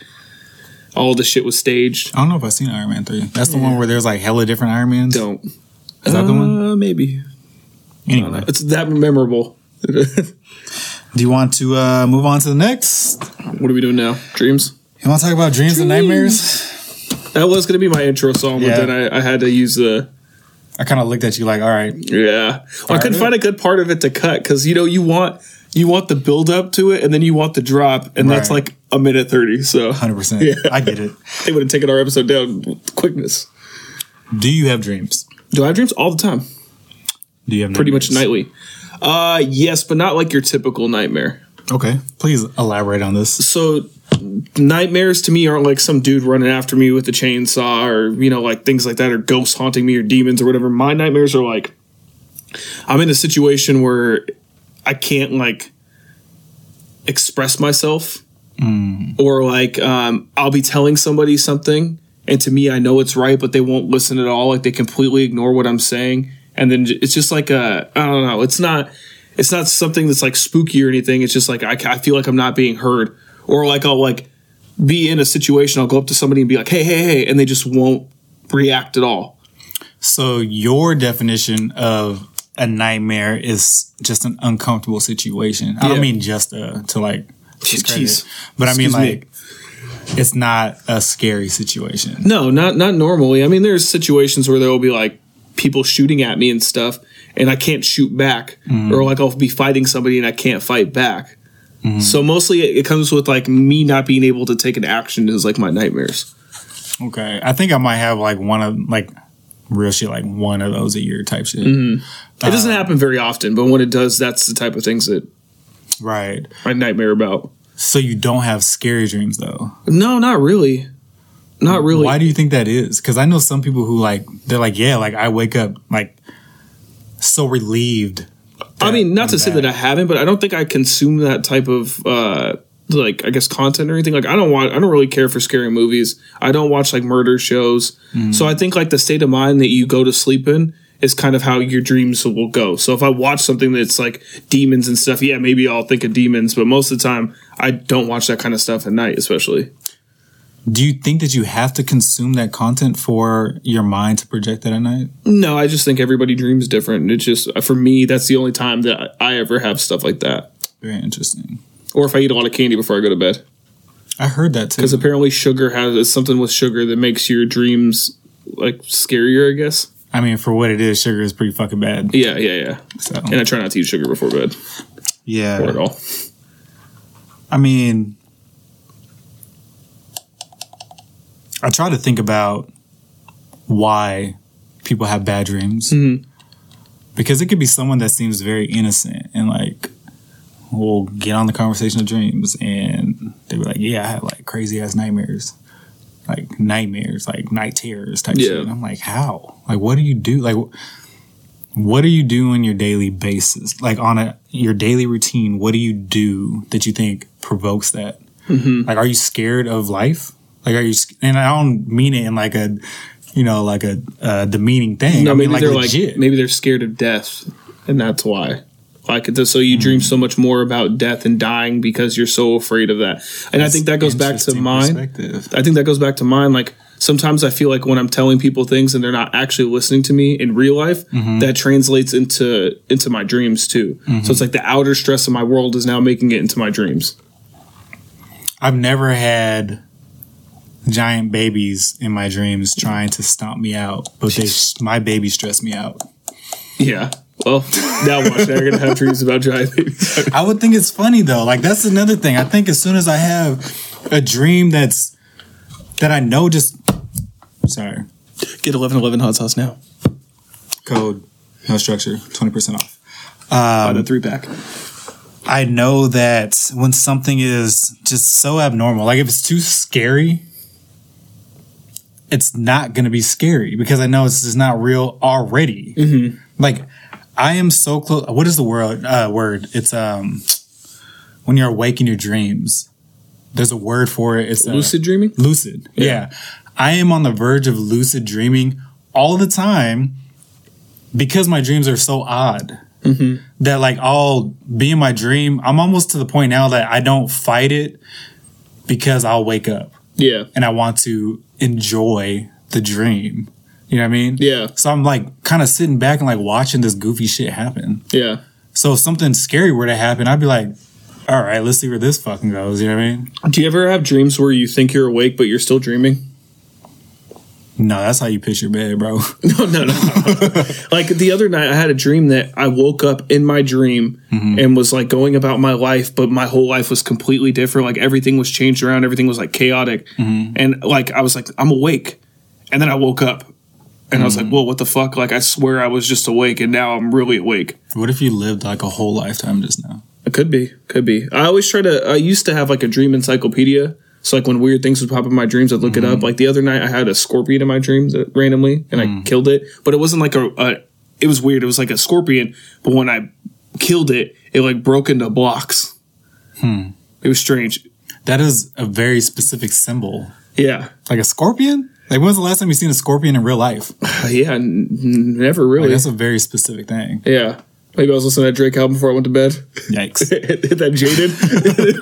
[SPEAKER 6] all the shit was staged.
[SPEAKER 7] I don't know if I've seen Iron Man 3. That's the one where there's like hella different Iron Mans.
[SPEAKER 6] Don't
[SPEAKER 7] Is that the one?
[SPEAKER 6] Uh, maybe
[SPEAKER 7] Anyway,
[SPEAKER 6] it's that memorable. [LAUGHS] what
[SPEAKER 7] do you want to uh, move on to the next?
[SPEAKER 6] are we doing now? Dreams.
[SPEAKER 7] You want to talk about dreams, and nightmares?
[SPEAKER 6] That was gonna be my intro song,
[SPEAKER 7] Yeah.
[SPEAKER 6] but then I, I had to use the
[SPEAKER 7] I kind of looked at you like, all right,
[SPEAKER 6] yeah. Well, I couldn't
[SPEAKER 7] it.
[SPEAKER 6] find a good part of it to cut because you know you want you want the build up to it and then you want the drop, and that's
[SPEAKER 7] Right.
[SPEAKER 6] like a minute thirty. So [LAUGHS]
[SPEAKER 7] 100%. I get it.
[SPEAKER 6] they would have taken our episode down with quickness.
[SPEAKER 7] Do you have dreams?
[SPEAKER 6] Do I have dreams all the time?
[SPEAKER 7] Do you have
[SPEAKER 6] Pretty much
[SPEAKER 7] nightmares?
[SPEAKER 6] nightly. Uh, yes, but not like your typical nightmare.
[SPEAKER 7] Okay, please elaborate on this.
[SPEAKER 6] so nightmares to me aren't like some dude running after me with a chainsaw or you know like things like that or ghosts haunting me or demons or whatever my nightmares are like i'm in a situation where i can't like express myself or like um, i'll be telling somebody something and to me i know it's right but they won't listen at all like they completely ignore what i'm saying and then j- it's just like a i don't know it's not it's not something that's like spooky or anything. It's just like I, ca- I feel like I'm not being heard, or like I'll like be in a situation. I'll go up to somebody and be like, "Hey, hey, hey," and they just won't react at all.
[SPEAKER 7] So, your definition of a nightmare is just an uncomfortable situation. I
[SPEAKER 6] Yeah.
[SPEAKER 7] don't mean just uh, to like,
[SPEAKER 6] Jeez.
[SPEAKER 7] but I mean
[SPEAKER 6] Excuse me.
[SPEAKER 7] like, it's not a scary situation.
[SPEAKER 6] No, not not normally. I mean, there's situations where there will be like people shooting at me and stuff, and I can't shoot back, or like I'll be fighting somebody and I can't fight back. So mostly it, it comes with like me not being able to take an action is like my nightmares.
[SPEAKER 7] Okay, I think I might have like one of like real shit, like one of those a year type shit.
[SPEAKER 6] It doesn't happen very often, but when it does, that's the type of things that
[SPEAKER 7] Right.
[SPEAKER 6] I nightmare about.
[SPEAKER 7] So you don't have scary dreams though.
[SPEAKER 6] No, not really. Not really.
[SPEAKER 7] Why do you think that is? Because I know some people who like they're like, yeah, like I wake up like so relieved.
[SPEAKER 6] I mean, not
[SPEAKER 7] I'm
[SPEAKER 6] to say
[SPEAKER 7] back.
[SPEAKER 6] that I haven't, but I don't think I consume that type of uh like I guess content or anything. Like I don't want I don't really care for scary movies. I don't watch like murder shows. So I think like the state of mind that you go to sleep in is kind of how your dreams will go. So if I watch something that's like demons and stuff, yeah, maybe I'll think of demons, but most of the time I don't watch that kind of stuff at night, especially.
[SPEAKER 7] Do you think that you have to consume that content for your mind to project that at night?
[SPEAKER 6] No, I just think everybody dreams different. It's just uh, for me, that's the only time that I ever have stuff like that.
[SPEAKER 7] Very interesting.
[SPEAKER 6] Or if I eat a lot of candy before I go to bed.
[SPEAKER 7] I heard that too.
[SPEAKER 6] Because apparently sugar has it's something with sugar that makes your dreams like scarier, I guess.
[SPEAKER 7] I mean, for what it is, sugar is pretty fucking bad.
[SPEAKER 6] Yeah, yeah, yeah.
[SPEAKER 7] So
[SPEAKER 6] And I try not to eat sugar before bed or at
[SPEAKER 7] yeah,
[SPEAKER 6] all.
[SPEAKER 7] I mean, I try to think about why people have bad dreams because it could be someone that seems very innocent and like will get on the conversation of dreams and they were like, "Yeah, I had like crazy ass nightmares." Like nightmares, like night terrors type
[SPEAKER 6] Yeah.
[SPEAKER 7] shit. And I'm like, how? Like, what do you do? Like, wh- what do you do on your daily basis? Like on a your daily routine, what do you do that you think provokes that? Like, are you scared of life? Like, are you? sc- And I don't mean it in like a, you know, like a uh, demeaning thing. I mean, like
[SPEAKER 6] they're
[SPEAKER 7] legit.
[SPEAKER 6] like maybe they're scared of death, and that's why. Like it's so you dream so much more about death and dying because you're so afraid of that. And I think that goes back to
[SPEAKER 7] Interesting
[SPEAKER 6] mine.
[SPEAKER 7] perspective.
[SPEAKER 6] I think that goes back to mine. Like sometimes I feel like when I'm telling people things and they're not actually listening to me in real life,
[SPEAKER 7] Mm-hmm.
[SPEAKER 6] that translates into into my dreams too. So it's like the outer stress of my world is now making it into my dreams.
[SPEAKER 7] I've never had giant babies in my dreams trying to stomp me out, but they my babies stress me out.
[SPEAKER 6] Yeah. Well, now watch. Now you're gonna have dreams about giant babies.
[SPEAKER 7] I would think it's funny though. Like that's another thing. I think as soon as I have a dream that's that I know just sorry
[SPEAKER 8] [LAUGHS] Get eleven eleven hot sauce now.
[SPEAKER 7] code no structure twenty percent off.
[SPEAKER 8] Buy the three pack.
[SPEAKER 7] I know that when something is just so abnormal, like if it's too scary, it's not going to be scary because I know it's just not real already. Like I am so close. What is the word? Uh, word? It's um when you're awake in your dreams. There's a word for it. It's uh,
[SPEAKER 6] Lucid dreaming.
[SPEAKER 7] lucid. Yeah. I am on the verge of lucid dreaming all the time because my dreams are so odd that like I'll be in my dream. I'm almost to the point now that I don't fight it because I'll wake up
[SPEAKER 6] Yeah.
[SPEAKER 7] and I want to enjoy the dream. You know what I mean?
[SPEAKER 6] Yeah.
[SPEAKER 7] So I'm like kind of sitting back and like watching this goofy shit happen.
[SPEAKER 6] Yeah.
[SPEAKER 7] So if something scary were to happen, I'd be like, all right, let's see where this fucking goes. You know what I mean?
[SPEAKER 6] Do you ever have dreams where you think you're awake but you're still dreaming?
[SPEAKER 7] No, that's how you piss your bed, bro.
[SPEAKER 6] [LAUGHS] No, no, no. like the other night, I had a dream that I woke up in my dream
[SPEAKER 7] Mm-hmm.
[SPEAKER 6] and was like going about my life, but my whole life was completely different. Like everything was changed around, everything was like chaotic,
[SPEAKER 7] Mm-hmm.
[SPEAKER 6] and like I was like, I'm awake, and then I woke up. And I was
[SPEAKER 7] Mm-hmm.
[SPEAKER 6] like, "Whoa, what the fuck?" Like, I swear I was just awake, and now I'm really awake.
[SPEAKER 7] What if you lived like a whole lifetime just now?
[SPEAKER 6] It could be, could be. I always try to. I used to have like a dream encyclopedia. So like when weird things would pop up in my dreams, I'd look it up. Like the other night, I had a scorpion in my dreams uh, randomly, and I killed it. But it wasn't like a, a. It was weird. It was like a scorpion, but when I killed it, it like broke into blocks. Hmm. It was strange.
[SPEAKER 7] That is a very specific symbol.
[SPEAKER 6] Yeah,
[SPEAKER 7] Like a scorpion? Like when was the last time you seen a scorpion in real life? Like,
[SPEAKER 6] Uh, yeah. N- n- never really.
[SPEAKER 7] that's a very specific thing.
[SPEAKER 6] yeah. Maybe I was listening to that Drake album before I went to bed. [LAUGHS]
[SPEAKER 7] Yikes.
[SPEAKER 6] Hit that jaded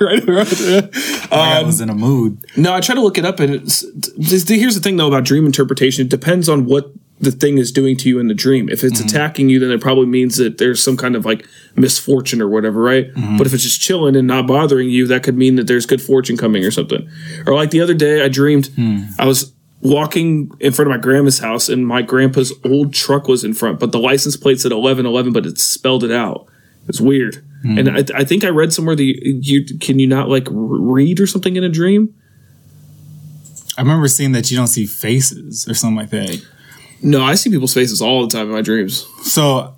[SPEAKER 6] [LAUGHS] right around.
[SPEAKER 7] Like I was in a mood.
[SPEAKER 6] No, I try to look it up, and it's, th- th- here's the thing though about dream interpretation: it depends on what the thing is doing to you in the dream. If it's attacking you, then it probably means that there's some kind of like misfortune or whatever, right? But if it's just chilling and not bothering you, that could mean that there's good fortune coming or something. Or like the other day, I dreamed I was walking in front of my grandma's house, and my grandpa's old truck was in front, but the license plate said eleven eleven, but it spelled it out. It's weird. And I, I think I read somewhere that you, you can you not like r- read or something in a dream.
[SPEAKER 7] I remember seeing that you don't see faces or something like that.
[SPEAKER 6] No, I see people's faces all the time in my dreams.
[SPEAKER 7] So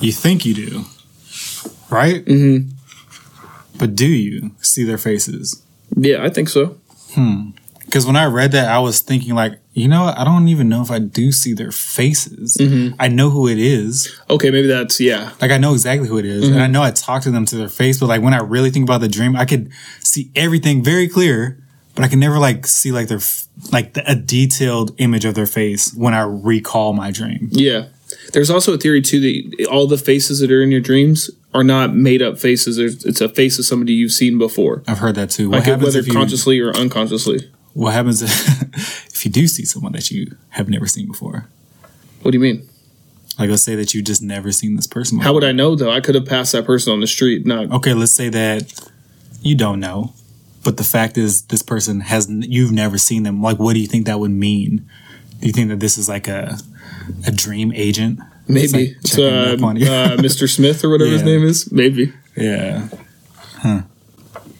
[SPEAKER 7] you think you do, right? Mm-hmm. But do you see their faces?
[SPEAKER 6] Yeah, I think so.
[SPEAKER 7] Because when I read that, I was thinking like, you know, what? I don't even know if I do see their faces.
[SPEAKER 6] Mm-hmm.
[SPEAKER 7] I know who it is.
[SPEAKER 6] Okay, maybe that's yeah.
[SPEAKER 7] Like I know exactly who it is,
[SPEAKER 6] Mm-hmm.
[SPEAKER 7] and I know I talk to them to their face, but like when I really think about the dream, I could see everything very clear, but I can never like see like their f- like the, a detailed image of their face when I recall my dream.
[SPEAKER 6] Yeah. There's also a theory too that all the faces that are in your dreams are not made up faces. There's- It's a face of somebody you've seen before.
[SPEAKER 7] I've heard that too. What
[SPEAKER 6] Like
[SPEAKER 7] happens
[SPEAKER 6] whether
[SPEAKER 7] if you
[SPEAKER 6] consciously or unconsciously.
[SPEAKER 7] What happens [LAUGHS] if, if you do see someone that you have never seen before?
[SPEAKER 6] What do you mean?
[SPEAKER 7] Like let's say that you just never seen this person.
[SPEAKER 6] How
[SPEAKER 7] before.
[SPEAKER 6] would I know though? I could have passed that person on the street. Not
[SPEAKER 7] okay, let's say that you don't know, but the fact is this person has you've never seen them. Like, what do you think that would mean? Do you think that this is like a a dream agent?
[SPEAKER 6] maybe
[SPEAKER 7] like
[SPEAKER 6] it's,
[SPEAKER 7] checking
[SPEAKER 6] uh,
[SPEAKER 7] up on you.
[SPEAKER 6] uh, Mr. Smith or whatever
[SPEAKER 7] [LAUGHS]
[SPEAKER 6] his
[SPEAKER 7] Yeah.
[SPEAKER 6] name is. Maybe
[SPEAKER 7] Yeah,
[SPEAKER 6] I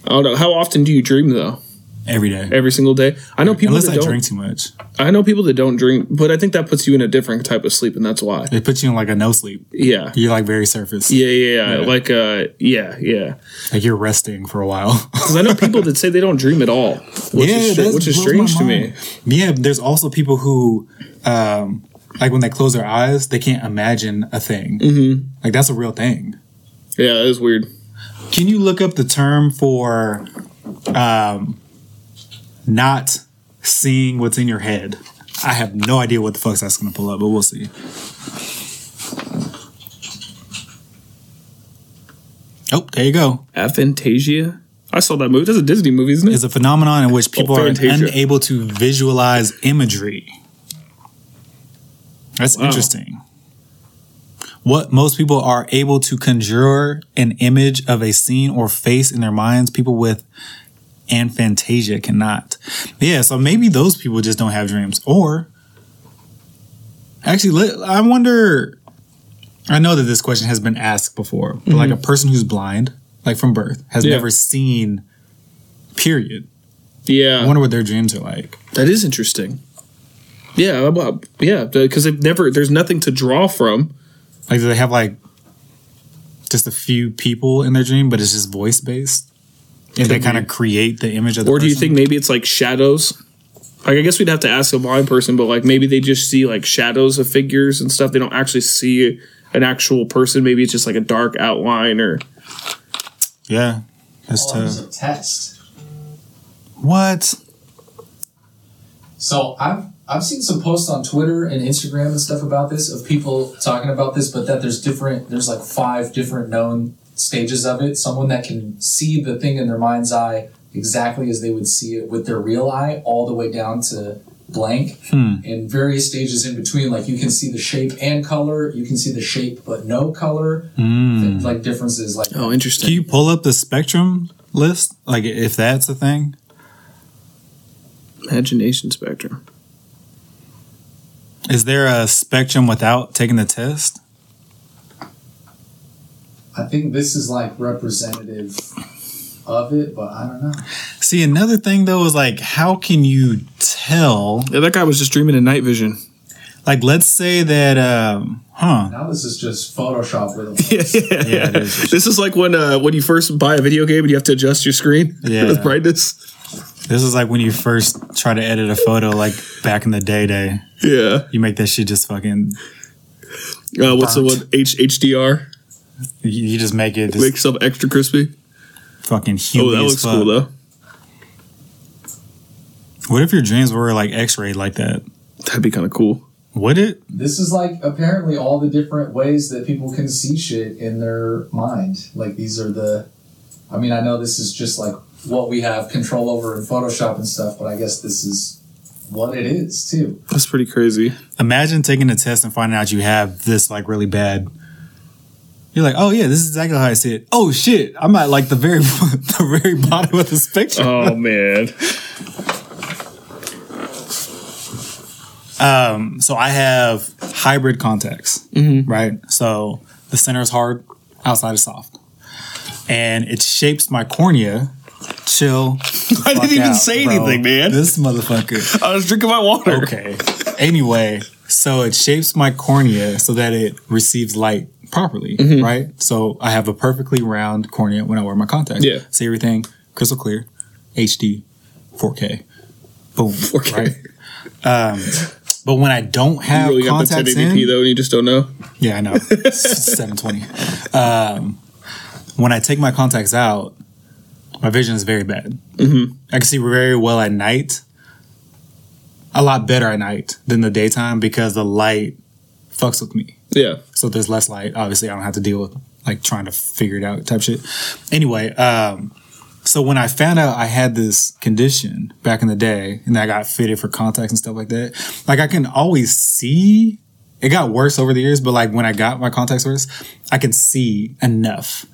[SPEAKER 6] don't know. How often do you dream though?
[SPEAKER 7] every day.
[SPEAKER 6] Every single day. I know people
[SPEAKER 7] Unless
[SPEAKER 6] that
[SPEAKER 7] I
[SPEAKER 6] don't.
[SPEAKER 7] drink too much,
[SPEAKER 6] I know people that don't drink, but I think that puts you in a different type of sleep, and that's why.
[SPEAKER 7] it puts you in like a no sleep.
[SPEAKER 6] Yeah.
[SPEAKER 7] You're like very surface.
[SPEAKER 6] Yeah, yeah, yeah.
[SPEAKER 7] Yeah.
[SPEAKER 6] Like, uh, yeah, yeah.
[SPEAKER 7] Like you're resting for a while. [LAUGHS]
[SPEAKER 6] Because I know people that say they don't dream at all, which
[SPEAKER 7] Yeah,
[SPEAKER 6] is
[SPEAKER 7] that
[SPEAKER 6] which is
[SPEAKER 7] blows my
[SPEAKER 6] strange to me.
[SPEAKER 7] mind. yeah, there's also people who um, like when they close their eyes, they can't imagine a thing.
[SPEAKER 6] Mm-hmm.
[SPEAKER 7] Like that's a real thing.
[SPEAKER 6] Yeah, it was weird.
[SPEAKER 7] Can you look up the term for um, not seeing what's in your head? I have no idea what the fuck's that's gonna pull up, but we'll see. Oh, there you go.
[SPEAKER 6] Aphantasia. I saw that movie. That's a Disney movie, isn't it?
[SPEAKER 7] It's a phenomenon in which people are
[SPEAKER 6] Aphantasia.
[SPEAKER 7] unable to visualize imagery. That's interesting. What most people are able to conjure an image of a scene or face in their minds, people with aphantasia cannot. Yeah, so maybe those people just don't have dreams. Or actually, let- I wonder. I know that this question has been asked before, but like a person who's blind, like from birth, has
[SPEAKER 6] Mm-hmm. Yeah.
[SPEAKER 7] never seen. Period.
[SPEAKER 6] yeah.
[SPEAKER 7] I wonder what their dreams are like.
[SPEAKER 6] That is interesting. Yeah, uh, well, yeah, because they've never. There's nothing to draw from.
[SPEAKER 7] Like, do they have like just a few people in their dream, but it's just voice based? And they
[SPEAKER 6] Could
[SPEAKER 7] kind
[SPEAKER 6] be.
[SPEAKER 7] of create the image of the
[SPEAKER 6] Or do you
[SPEAKER 7] person?
[SPEAKER 6] think maybe it's like shadows? Like I guess we'd have to ask a blind person, but like maybe they just see like shadows of figures and stuff. They don't actually see an actual person. Maybe it's just like a dark outline or
[SPEAKER 7] Yeah, that's
[SPEAKER 1] Well, it's
[SPEAKER 7] tough.
[SPEAKER 1] a test.
[SPEAKER 7] What?
[SPEAKER 1] So I've I've seen some posts on Twitter and Instagram and stuff about this of people talking about this, but that there's different there's like five different known stages of it. Someone that can see the thing in their mind's eye exactly as they would see it with their real eye, all the way down to blank and various stages in between. Like you can see the shape and color, you can see the shape but no color, and, like differences. Like
[SPEAKER 6] oh, interesting.
[SPEAKER 7] Can you pull up the spectrum list? Like, if that's a thing?
[SPEAKER 6] Imagination spectrum.
[SPEAKER 7] Is there a spectrum without taking the test?
[SPEAKER 1] I think this is like representative of it, but I don't know.
[SPEAKER 7] See, another thing though is like, how can you tell?
[SPEAKER 6] Yeah, that guy was just dreaming in night
[SPEAKER 7] [LAUGHS]
[SPEAKER 6] vision.
[SPEAKER 7] Like, let's say that, [LAUGHS] um, huh?
[SPEAKER 1] Now this is just Photoshop with a
[SPEAKER 6] yeah,
[SPEAKER 7] Yeah, it is.
[SPEAKER 6] This is like when uh when you first buy a video game and you have to adjust your screen.
[SPEAKER 7] Yeah.
[SPEAKER 6] with [LAUGHS] brightness.
[SPEAKER 7] This is like when you first try to edit a photo, like back in the day, day.
[SPEAKER 6] Yeah.
[SPEAKER 7] You make that shit just fucking
[SPEAKER 6] Uh, what's the
[SPEAKER 7] Burnt.
[SPEAKER 6] one? H HDR
[SPEAKER 7] You, you just make it just
[SPEAKER 6] makes stuff extra crispy.
[SPEAKER 7] fucking huge.
[SPEAKER 6] Oh, that looks cool though.
[SPEAKER 7] What if your dreams were like X-rayed like that?
[SPEAKER 6] That'd be kind of cool.
[SPEAKER 7] Would it?
[SPEAKER 1] This is like apparently all the different ways that people can see shit in their mind. Like these are the, I mean, I know this is just like what we have control over in Photoshop and stuff, but I guess this is what it is too.
[SPEAKER 6] That's pretty crazy.
[SPEAKER 7] Imagine taking a test and finding out you have this like really bad. You're like, oh yeah, this is exactly how I see it. Oh shit, I'm at like the very [LAUGHS] the very bottom of the spectrum.
[SPEAKER 6] Oh [LAUGHS] man. Uh-huh.
[SPEAKER 7] So I have hybrid contacts,
[SPEAKER 6] Mm-hmm.
[SPEAKER 7] right? So the center is hard, outside is soft, and it shapes my cornea. Chill.
[SPEAKER 6] I didn't even
[SPEAKER 7] out,
[SPEAKER 6] say
[SPEAKER 7] bro.
[SPEAKER 6] anything, man.
[SPEAKER 7] This motherfucker.
[SPEAKER 6] I was drinking my water.
[SPEAKER 7] Okay. Anyway, so it shapes my cornea so that it receives light properly,
[SPEAKER 6] Mm-hmm.
[SPEAKER 7] right? So I have a perfectly round cornea when I wear my contacts.
[SPEAKER 6] Yeah.
[SPEAKER 7] See everything crystal clear, HD, 4K. Boom.
[SPEAKER 6] [LAUGHS] 4K.
[SPEAKER 7] Right? Um, but when I don't
[SPEAKER 6] You
[SPEAKER 7] have
[SPEAKER 6] really got the
[SPEAKER 7] contacts in,
[SPEAKER 6] 1080p though, and you just don't know.
[SPEAKER 7] yeah, I
[SPEAKER 6] [LAUGHS]
[SPEAKER 7] know. 720. Um, when I take my contacts out, my vision is very bad. Mm-hmm. I can see very well at night, a lot better at night than the daytime because the light fucks with me.
[SPEAKER 6] Yeah.
[SPEAKER 7] So there's less light. Obviously, I don't have to deal with like trying to figure it out type shit. Anyway, um, so when I found out I had this condition back in the day and I got fitted for contacts and stuff like that, like I can always see. It got worse over the years, but like when I got my contacts first, I can see enough.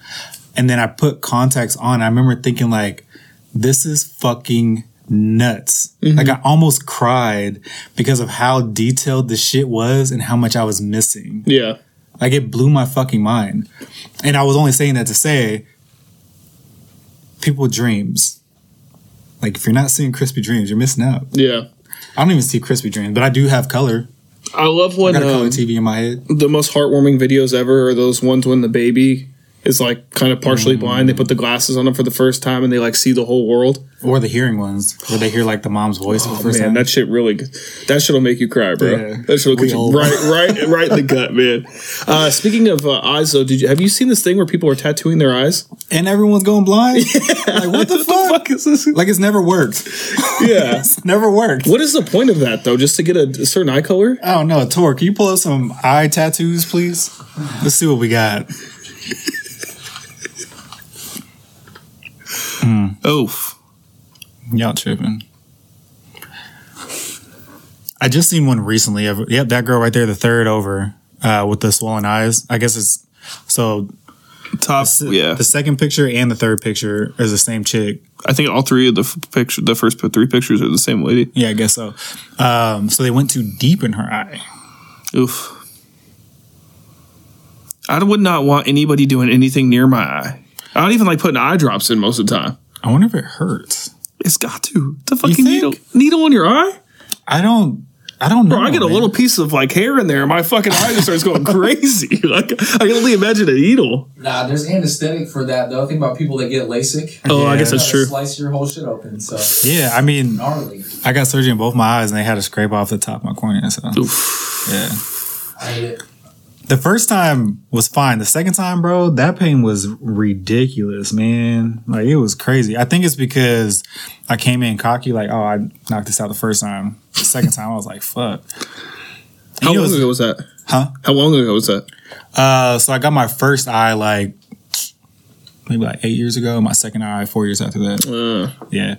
[SPEAKER 7] And then I put contacts on. I remember thinking like, this is fucking nuts. Like I almost cried because of how detailed the shit was and how much I was missing.
[SPEAKER 6] Yeah.
[SPEAKER 7] Like it blew my fucking mind. And I was only saying that to say people dreams. Like if you're not seeing crispy dreams, you're missing out.
[SPEAKER 6] Yeah.
[SPEAKER 7] I don't even see crispy dreams, but I do have color.
[SPEAKER 6] I love
[SPEAKER 7] I
[SPEAKER 6] when
[SPEAKER 7] got a color
[SPEAKER 6] um,
[SPEAKER 7] TV in my head.
[SPEAKER 6] the most heartwarming videos ever are those ones when the baby is like kind of
[SPEAKER 7] Mm.
[SPEAKER 6] partially blind. They put the glasses on them for the first time and they like see the whole world.
[SPEAKER 7] Or the hearing ones, where they hear like the mom's voice for the first
[SPEAKER 6] Man,
[SPEAKER 7] time.
[SPEAKER 6] that shit really, that shit'll make you cry, bro.
[SPEAKER 7] Yeah.
[SPEAKER 6] That shit'll
[SPEAKER 7] We
[SPEAKER 6] get you
[SPEAKER 7] all-
[SPEAKER 6] right, right, right in
[SPEAKER 7] [LAUGHS]
[SPEAKER 6] the gut, man. Uh, speaking of uh, eyes, though, did you have you seen this thing where people are tattooing their eyes?
[SPEAKER 7] And everyone's going [LAUGHS] blind. Like what the fuck?
[SPEAKER 6] is this?
[SPEAKER 7] Like it's never worked.
[SPEAKER 6] Yeah.
[SPEAKER 7] Never worked.
[SPEAKER 6] What is the point of that though? Just to get a certain eye color?
[SPEAKER 7] I don't know. Tor, Oh, can you pull up some eye tattoos, please? Let's see what we got.
[SPEAKER 8] Oof.
[SPEAKER 7] Hmm. Y'all tripping. I just seen one recently. Of, yep, that girl right there, the third over uh, with the swollen eyes. I guess it's so
[SPEAKER 8] Top. Yeah.
[SPEAKER 7] The second picture and the third picture is the same chick.
[SPEAKER 8] I think all three of the f- picture, the first p- three pictures are the same lady.
[SPEAKER 7] Yeah, I guess so. Um, so they went too deep in her eye.
[SPEAKER 8] Oof. I would not want anybody doing anything near my eye. I don't even like putting eye drops in most of the time.
[SPEAKER 7] I wonder if it hurts.
[SPEAKER 8] It's got to. The fucking
[SPEAKER 7] think?
[SPEAKER 8] needle needle in your eye?
[SPEAKER 7] I don't. I don't know.
[SPEAKER 8] Bro, I get a
[SPEAKER 7] man.
[SPEAKER 8] little piece of like hair in there, and my fucking eye just
[SPEAKER 6] [LAUGHS]
[SPEAKER 8] starts going crazy. [LAUGHS] Like I can only imagine a needle.
[SPEAKER 1] Nah, there's anesthetic for that though. Think about people that get LASIK.
[SPEAKER 8] Oh, I
[SPEAKER 7] Yeah.
[SPEAKER 8] guess that's
[SPEAKER 1] Gotta
[SPEAKER 8] true.
[SPEAKER 1] Slice your whole shit open. So
[SPEAKER 7] Yeah, I mean,
[SPEAKER 1] gnarly.
[SPEAKER 7] I got surgery in both my eyes, and they had to scrape off the top of my cornea. So, yeah,
[SPEAKER 1] I hate it.
[SPEAKER 7] the first time was fine. The second time, bro, that pain was ridiculous, man. Like it was crazy. I think it's because I came in cocky, like, oh, I knocked this out the first time. The second time, I was like, fuck. And
[SPEAKER 6] How
[SPEAKER 7] it
[SPEAKER 6] long
[SPEAKER 7] was-
[SPEAKER 6] ago was that?
[SPEAKER 7] Huh?
[SPEAKER 6] How long ago was that?
[SPEAKER 7] Uh, so I got my first eye like maybe like eight years ago. My second eye four years after that. Yeah.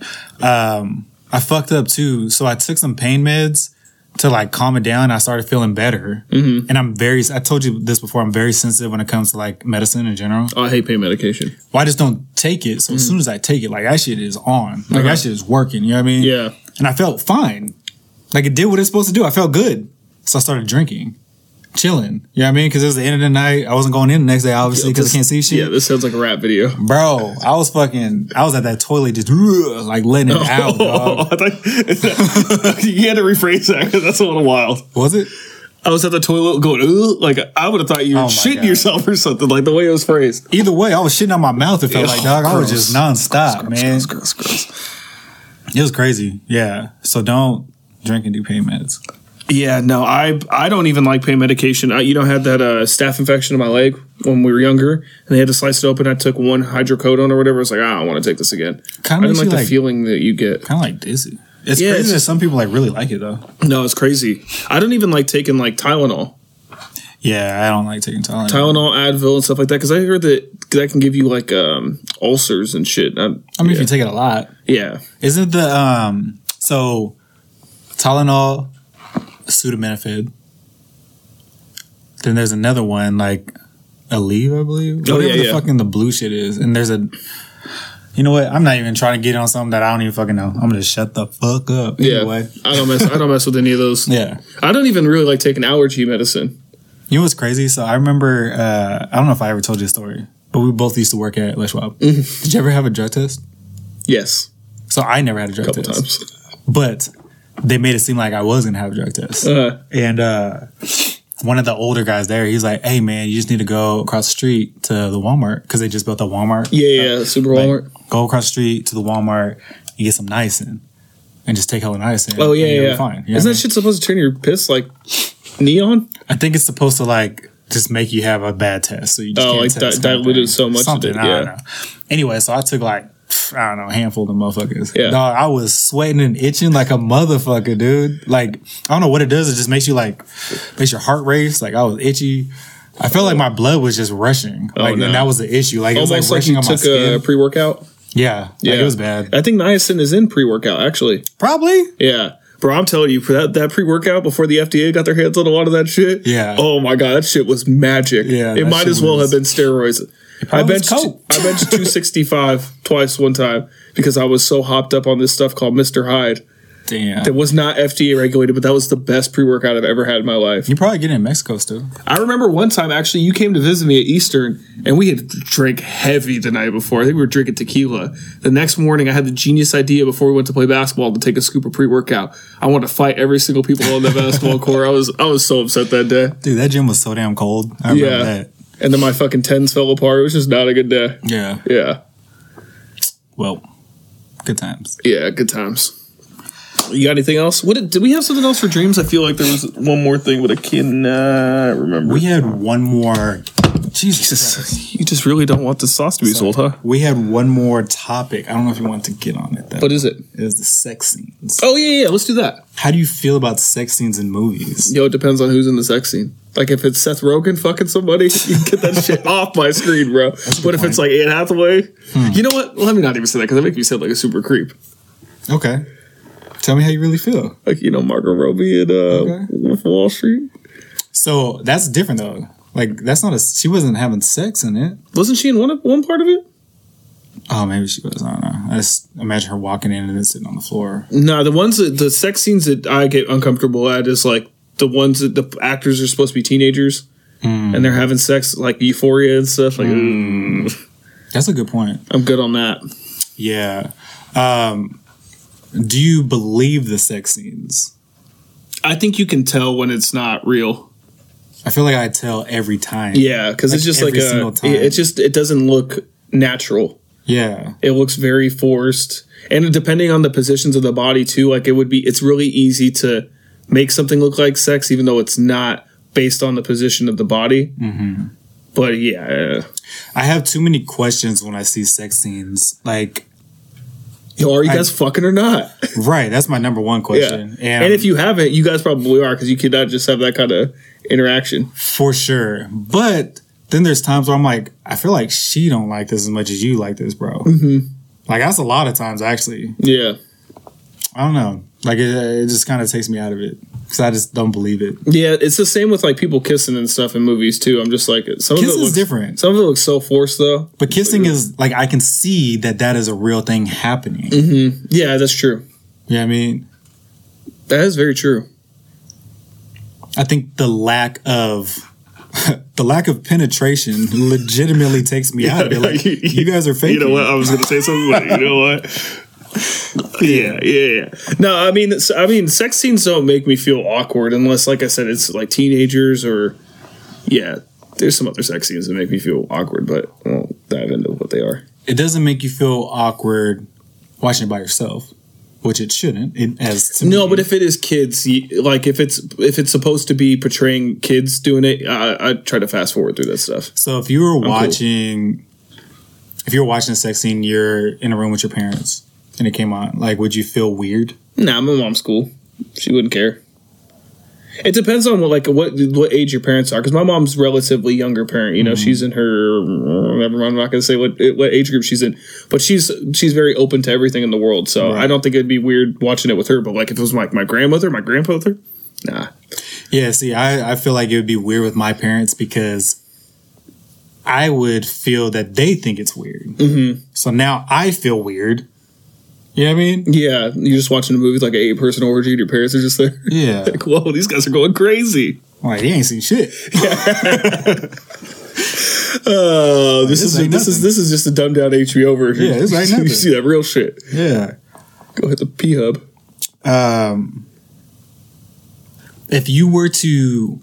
[SPEAKER 7] Um, I fucked up too. So I took some pain meds to like calm it down. I started feeling better, and I'm very. I told you this before. I'm very sensitive when it comes to like medicine in general.
[SPEAKER 6] Oh, I hate pain medication.
[SPEAKER 7] Well, I just don't take it. So as soon as I take it, like that shit is on. Like
[SPEAKER 6] Uh-huh.
[SPEAKER 7] that shit is working. You know what I mean?
[SPEAKER 6] Yeah.
[SPEAKER 7] And I felt fine. Like it did what it's supposed to do. I felt good. So I started drinking, chilling. You know what I mean? Because it was the end of the night. I wasn't going in the next day, obviously, because I can't see shit.
[SPEAKER 6] Yeah, this sounds like a rap video.
[SPEAKER 7] Bro, I was fucking, I was at that toilet just [LAUGHS] ugh, like letting it
[SPEAKER 6] [LAUGHS]
[SPEAKER 7] out,
[SPEAKER 8] [LAUGHS]
[SPEAKER 7] dog.
[SPEAKER 6] I thought- you had to rephrase that 'cause that's a little wild.
[SPEAKER 7] Was it?
[SPEAKER 6] I was at the toilet going, Ugh, like I would have thought you were
[SPEAKER 7] Oh my
[SPEAKER 6] shitting
[SPEAKER 7] God.
[SPEAKER 6] yourself or something, like the way it was phrased.
[SPEAKER 7] Either way, I was shitting out my mouth. It felt like, dog, I was just nonstop, man.
[SPEAKER 8] Gross, gross.
[SPEAKER 7] It was crazy. Yeah. So don't drink and do pain meds.
[SPEAKER 6] Yeah, no, I I don't even like pain medication. I, you know, I had that uh, staph infection in my leg when we were younger, and they had to slice it open. I took one hydrocodone or whatever. I was like, "Ah, I don't want to take this again. I
[SPEAKER 7] Kind of
[SPEAKER 6] didn't
[SPEAKER 7] makes
[SPEAKER 6] like
[SPEAKER 7] you
[SPEAKER 6] the
[SPEAKER 7] like,
[SPEAKER 6] feeling that you get.
[SPEAKER 7] kind of like dizzy. It's
[SPEAKER 6] Yeah,
[SPEAKER 7] crazy
[SPEAKER 6] it's-
[SPEAKER 7] that some people like really like it though.
[SPEAKER 6] No, it's crazy. I don't even like taking like Tylenol,
[SPEAKER 7] Yeah, I don't like taking Tylenol.
[SPEAKER 6] Tylenol, Advil, and stuff like that because I heard that that can give you like um, ulcers and shit. I,
[SPEAKER 7] I mean,
[SPEAKER 6] yeah.
[SPEAKER 7] if you take it a lot,
[SPEAKER 6] yeah,
[SPEAKER 7] isn't the um so Tylenol, Sudafed, then there's another one like Aleve, I believe.
[SPEAKER 6] Oh, yeah,
[SPEAKER 7] the
[SPEAKER 6] yeah.
[SPEAKER 7] fucking the blue shit is, and there's a. You know what? I'm not even trying to get on something that I don't even fucking know. I'm gonna shut the fuck up.
[SPEAKER 6] yeah.
[SPEAKER 7] Anyway.
[SPEAKER 6] I don't mess. I don't mess with any of those.
[SPEAKER 7] Yeah.
[SPEAKER 6] I don't even really like taking allergy medicine.
[SPEAKER 7] You know what's crazy? So I remember, uh, I don't know if I ever told you a story, but we both used to work at Les Schwab.
[SPEAKER 6] Mm-hmm.
[SPEAKER 7] Did you ever have a drug test?
[SPEAKER 6] Yes,
[SPEAKER 7] So I never had a drug
[SPEAKER 6] a couple
[SPEAKER 7] test.
[SPEAKER 6] times.
[SPEAKER 7] but they made it seem like I was gonna have a drug test.
[SPEAKER 6] Uh,
[SPEAKER 7] And uh, one of the older guys there, he's like, "Hey man, you just need to go across the street to the Walmart because they just built a Walmart.
[SPEAKER 6] yeah, yeah, yeah, Super
[SPEAKER 7] Like,
[SPEAKER 6] Walmart.
[SPEAKER 7] Go across the street to the Walmart and get some niacin, and just take hella niacin.
[SPEAKER 6] Oh yeah,
[SPEAKER 7] and
[SPEAKER 6] yeah.
[SPEAKER 7] you'll be
[SPEAKER 6] yeah.
[SPEAKER 7] Fine. You know
[SPEAKER 6] Isn't
[SPEAKER 7] what I
[SPEAKER 6] that
[SPEAKER 7] mean?
[SPEAKER 6] shit supposed to turn your piss like neon?
[SPEAKER 7] I think it's supposed to like just make you have a bad test, so you just
[SPEAKER 6] Oh,
[SPEAKER 7] can't
[SPEAKER 6] like
[SPEAKER 7] test
[SPEAKER 6] di-
[SPEAKER 7] kind of
[SPEAKER 6] dilute it
[SPEAKER 7] thing.
[SPEAKER 6] so much that
[SPEAKER 7] Something
[SPEAKER 6] it-
[SPEAKER 7] I don't
[SPEAKER 6] yeah.
[SPEAKER 7] know. Anyway, so I took like. pff, I don't know, a handful of them motherfuckers.
[SPEAKER 6] Yeah.
[SPEAKER 7] Dog, I was sweating and itching like a motherfucker, dude. Like, I don't know what it does. It just makes you like, makes your heart race. Like, I was itchy. I felt like my blood was just rushing. Like,
[SPEAKER 6] Oh, no.
[SPEAKER 7] and that was the issue. Like, it was like
[SPEAKER 6] Almost like
[SPEAKER 7] rushing
[SPEAKER 6] you
[SPEAKER 7] on my
[SPEAKER 6] took
[SPEAKER 7] skin.
[SPEAKER 6] a pre workout.
[SPEAKER 7] yeah.
[SPEAKER 6] Yeah.
[SPEAKER 7] Like, it was bad.
[SPEAKER 6] I think niacin is in pre workout actually.
[SPEAKER 7] Probably.
[SPEAKER 6] Yeah. Bro, I'm telling you, for that, that pre workout before the FDA got their hands on a lot of that shit.
[SPEAKER 7] Yeah.
[SPEAKER 6] Oh my god, that shit was magic.
[SPEAKER 7] Yeah,
[SPEAKER 6] It
[SPEAKER 7] that
[SPEAKER 6] might
[SPEAKER 7] shit
[SPEAKER 6] as well
[SPEAKER 7] was-
[SPEAKER 6] have been steroids. I
[SPEAKER 7] probably was
[SPEAKER 6] benched
[SPEAKER 7] coke.
[SPEAKER 6] I
[SPEAKER 7] [LAUGHS]
[SPEAKER 6] benched 265 twice one time because I was so hopped up on this stuff called Mr. Hyde.
[SPEAKER 7] Damn.
[SPEAKER 6] That was not FDA regulated, but that was the best pre workout I've ever had in my life.
[SPEAKER 7] You probably get it in Mexico still.
[SPEAKER 6] I remember one time actually you came to visit me at Eastern and we had drank heavy the night before. I think we were drinking tequila. The next morning I had the genius idea before we went to play basketball to take a scoop of pre-workout. I wanted to fight every single people on the basketball court. I was I was so upset that day.
[SPEAKER 7] Dude, that gym was so damn cold. I remember
[SPEAKER 6] Yeah.
[SPEAKER 7] that.
[SPEAKER 6] and then my fucking tens fell apart. It was just not a good day.
[SPEAKER 7] Yeah.
[SPEAKER 6] Yeah,
[SPEAKER 7] Well, good times.
[SPEAKER 6] yeah, good times. You got anything else? What did, did we have something else for dreams? I feel like there was one more thing, but I cannot remember.
[SPEAKER 7] We had one more. Jesus. Christ.
[SPEAKER 6] you just really don't want the sauce to be sold, huh?
[SPEAKER 7] We had one more topic. I don't know if you want to get on it. Though.
[SPEAKER 6] What is it?
[SPEAKER 7] It was the sex scenes.
[SPEAKER 6] Oh yeah, yeah. Let's do that.
[SPEAKER 7] How do you feel about sex scenes in movies?
[SPEAKER 6] Yo, it depends on who's in the sex scene. Like if it's Seth Rogen fucking somebody, [LAUGHS] you can get that shit off my screen, bro. But if it's like Anne Hathaway, you know what? Let me not even say that because I make you sound like a super creep.
[SPEAKER 7] Okay. Tell me how you really feel.
[SPEAKER 6] Like you know Margot Robbie and uh,
[SPEAKER 7] Okay.
[SPEAKER 6] Wolf of Wall Street.
[SPEAKER 7] So that's different though. Like that's not a. She wasn't having sex in it.
[SPEAKER 6] Wasn't she in one of- one part of it?
[SPEAKER 7] Oh, maybe she was. I don't know. I just imagine her walking in and then sitting on the floor.
[SPEAKER 6] No, the ones that the sex scenes that I get uncomfortable at is like the ones that the actors are supposed to be teenagers and they're having sex like Euphoria and stuff. Like
[SPEAKER 7] That's a good point.
[SPEAKER 6] I'm good on that.
[SPEAKER 7] Yeah. Um, do you believe the sex scenes?
[SPEAKER 6] I think you can tell when it's not real.
[SPEAKER 7] I feel like I tell every time.
[SPEAKER 6] Yeah, because it's
[SPEAKER 7] Like
[SPEAKER 6] just like
[SPEAKER 7] every
[SPEAKER 6] a.
[SPEAKER 7] single
[SPEAKER 6] It,
[SPEAKER 7] time.
[SPEAKER 6] it just it doesn't look natural.
[SPEAKER 7] Yeah.
[SPEAKER 6] It looks very forced, and depending on the positions of the body too, like it would be. It's really easy to make something look like sex, even though it's not based on the position of the body. Mm-hmm. But yeah, uh,
[SPEAKER 7] I have too many questions when I see sex scenes. Like,
[SPEAKER 6] yo, are you
[SPEAKER 7] I-
[SPEAKER 6] guys fucking or not?
[SPEAKER 7] right. That's my number one
[SPEAKER 6] Yeah,
[SPEAKER 7] question.
[SPEAKER 6] and if you haven't, you guys probably are because you cannot just have that kind of interaction.
[SPEAKER 7] for sure. But then there's times where I'm like, I feel like she don't like this as much as you like this, bro.
[SPEAKER 6] Mm-hmm.
[SPEAKER 7] Like that's a lot of times actually.
[SPEAKER 6] Yeah,
[SPEAKER 7] I don't know. Like it, it just kind of takes me out of it because I just don't believe it.
[SPEAKER 6] yeah, it's the same with like people kissing and stuff in movies too. I'm just like some
[SPEAKER 7] Kissing
[SPEAKER 6] of it
[SPEAKER 7] is
[SPEAKER 6] looks
[SPEAKER 7] different,
[SPEAKER 6] Some of it looks so forced though.
[SPEAKER 7] but kissing is like I can see that that is a real thing happening.
[SPEAKER 6] Yeah, that's true.
[SPEAKER 7] You know what I mean?
[SPEAKER 6] That is very true.
[SPEAKER 7] I think the lack of [LAUGHS] the lack of penetration legitimately takes me
[SPEAKER 6] [LAUGHS]
[SPEAKER 7] out of it. Like you guys are faking.
[SPEAKER 6] You know what? I was going to say something, but you know what? [LAUGHS] Yeah, yeah, yeah. No, I mean, it's- I mean, sex scenes don't make me feel awkward unless, like I said, it's like teenagers or, yeah. There's some other sex scenes that make me feel awkward, but I won't dive into what they are.
[SPEAKER 7] It doesn't make you feel awkward watching it by yourself, which it shouldn't. It as to
[SPEAKER 6] No,
[SPEAKER 7] me.
[SPEAKER 6] but if it is kids, y- like if it's if it's supposed to be portraying kids doing it, I, I try to fast forward through that stuff.
[SPEAKER 7] So if you were watching, if you were watching a sex scene, you're in a room with your parents, and it came on. Like, would you feel weird?
[SPEAKER 6] Nah, my mom's cool. She wouldn't care. It depends on what like what what age your parents are, because my mom's relatively younger parent. You know,
[SPEAKER 7] Mm-hmm.
[SPEAKER 6] she's in her never mind. I'm not gonna say what what age group she's in, but she's she's very open to everything in the world. So I don't think it'd be weird watching it with her. But like if it was like my grandmother, my grandfather, nah.
[SPEAKER 7] Yeah. See, I I feel like it would be weird with my parents because I would feel that they think it's weird. Mm-hmm. So now I feel weird. You know what I mean?
[SPEAKER 6] Yeah, you're just watching a movie with like an eight person orgy, and your parents are just there. [LAUGHS]
[SPEAKER 7] Yeah.
[SPEAKER 6] like, whoa, these guys are going crazy.
[SPEAKER 7] [LAUGHS] Like, he ain't seen shit.
[SPEAKER 6] Oh, this,
[SPEAKER 7] this
[SPEAKER 6] is
[SPEAKER 7] ain't
[SPEAKER 6] this is
[SPEAKER 7] nothing.
[SPEAKER 6] this is just a dumbed down HBO version.
[SPEAKER 7] Yeah, this ain't nothing.
[SPEAKER 6] [LAUGHS] you see that real shit.
[SPEAKER 7] Yeah.
[SPEAKER 6] Go hit the P hub.
[SPEAKER 7] Um, if you were to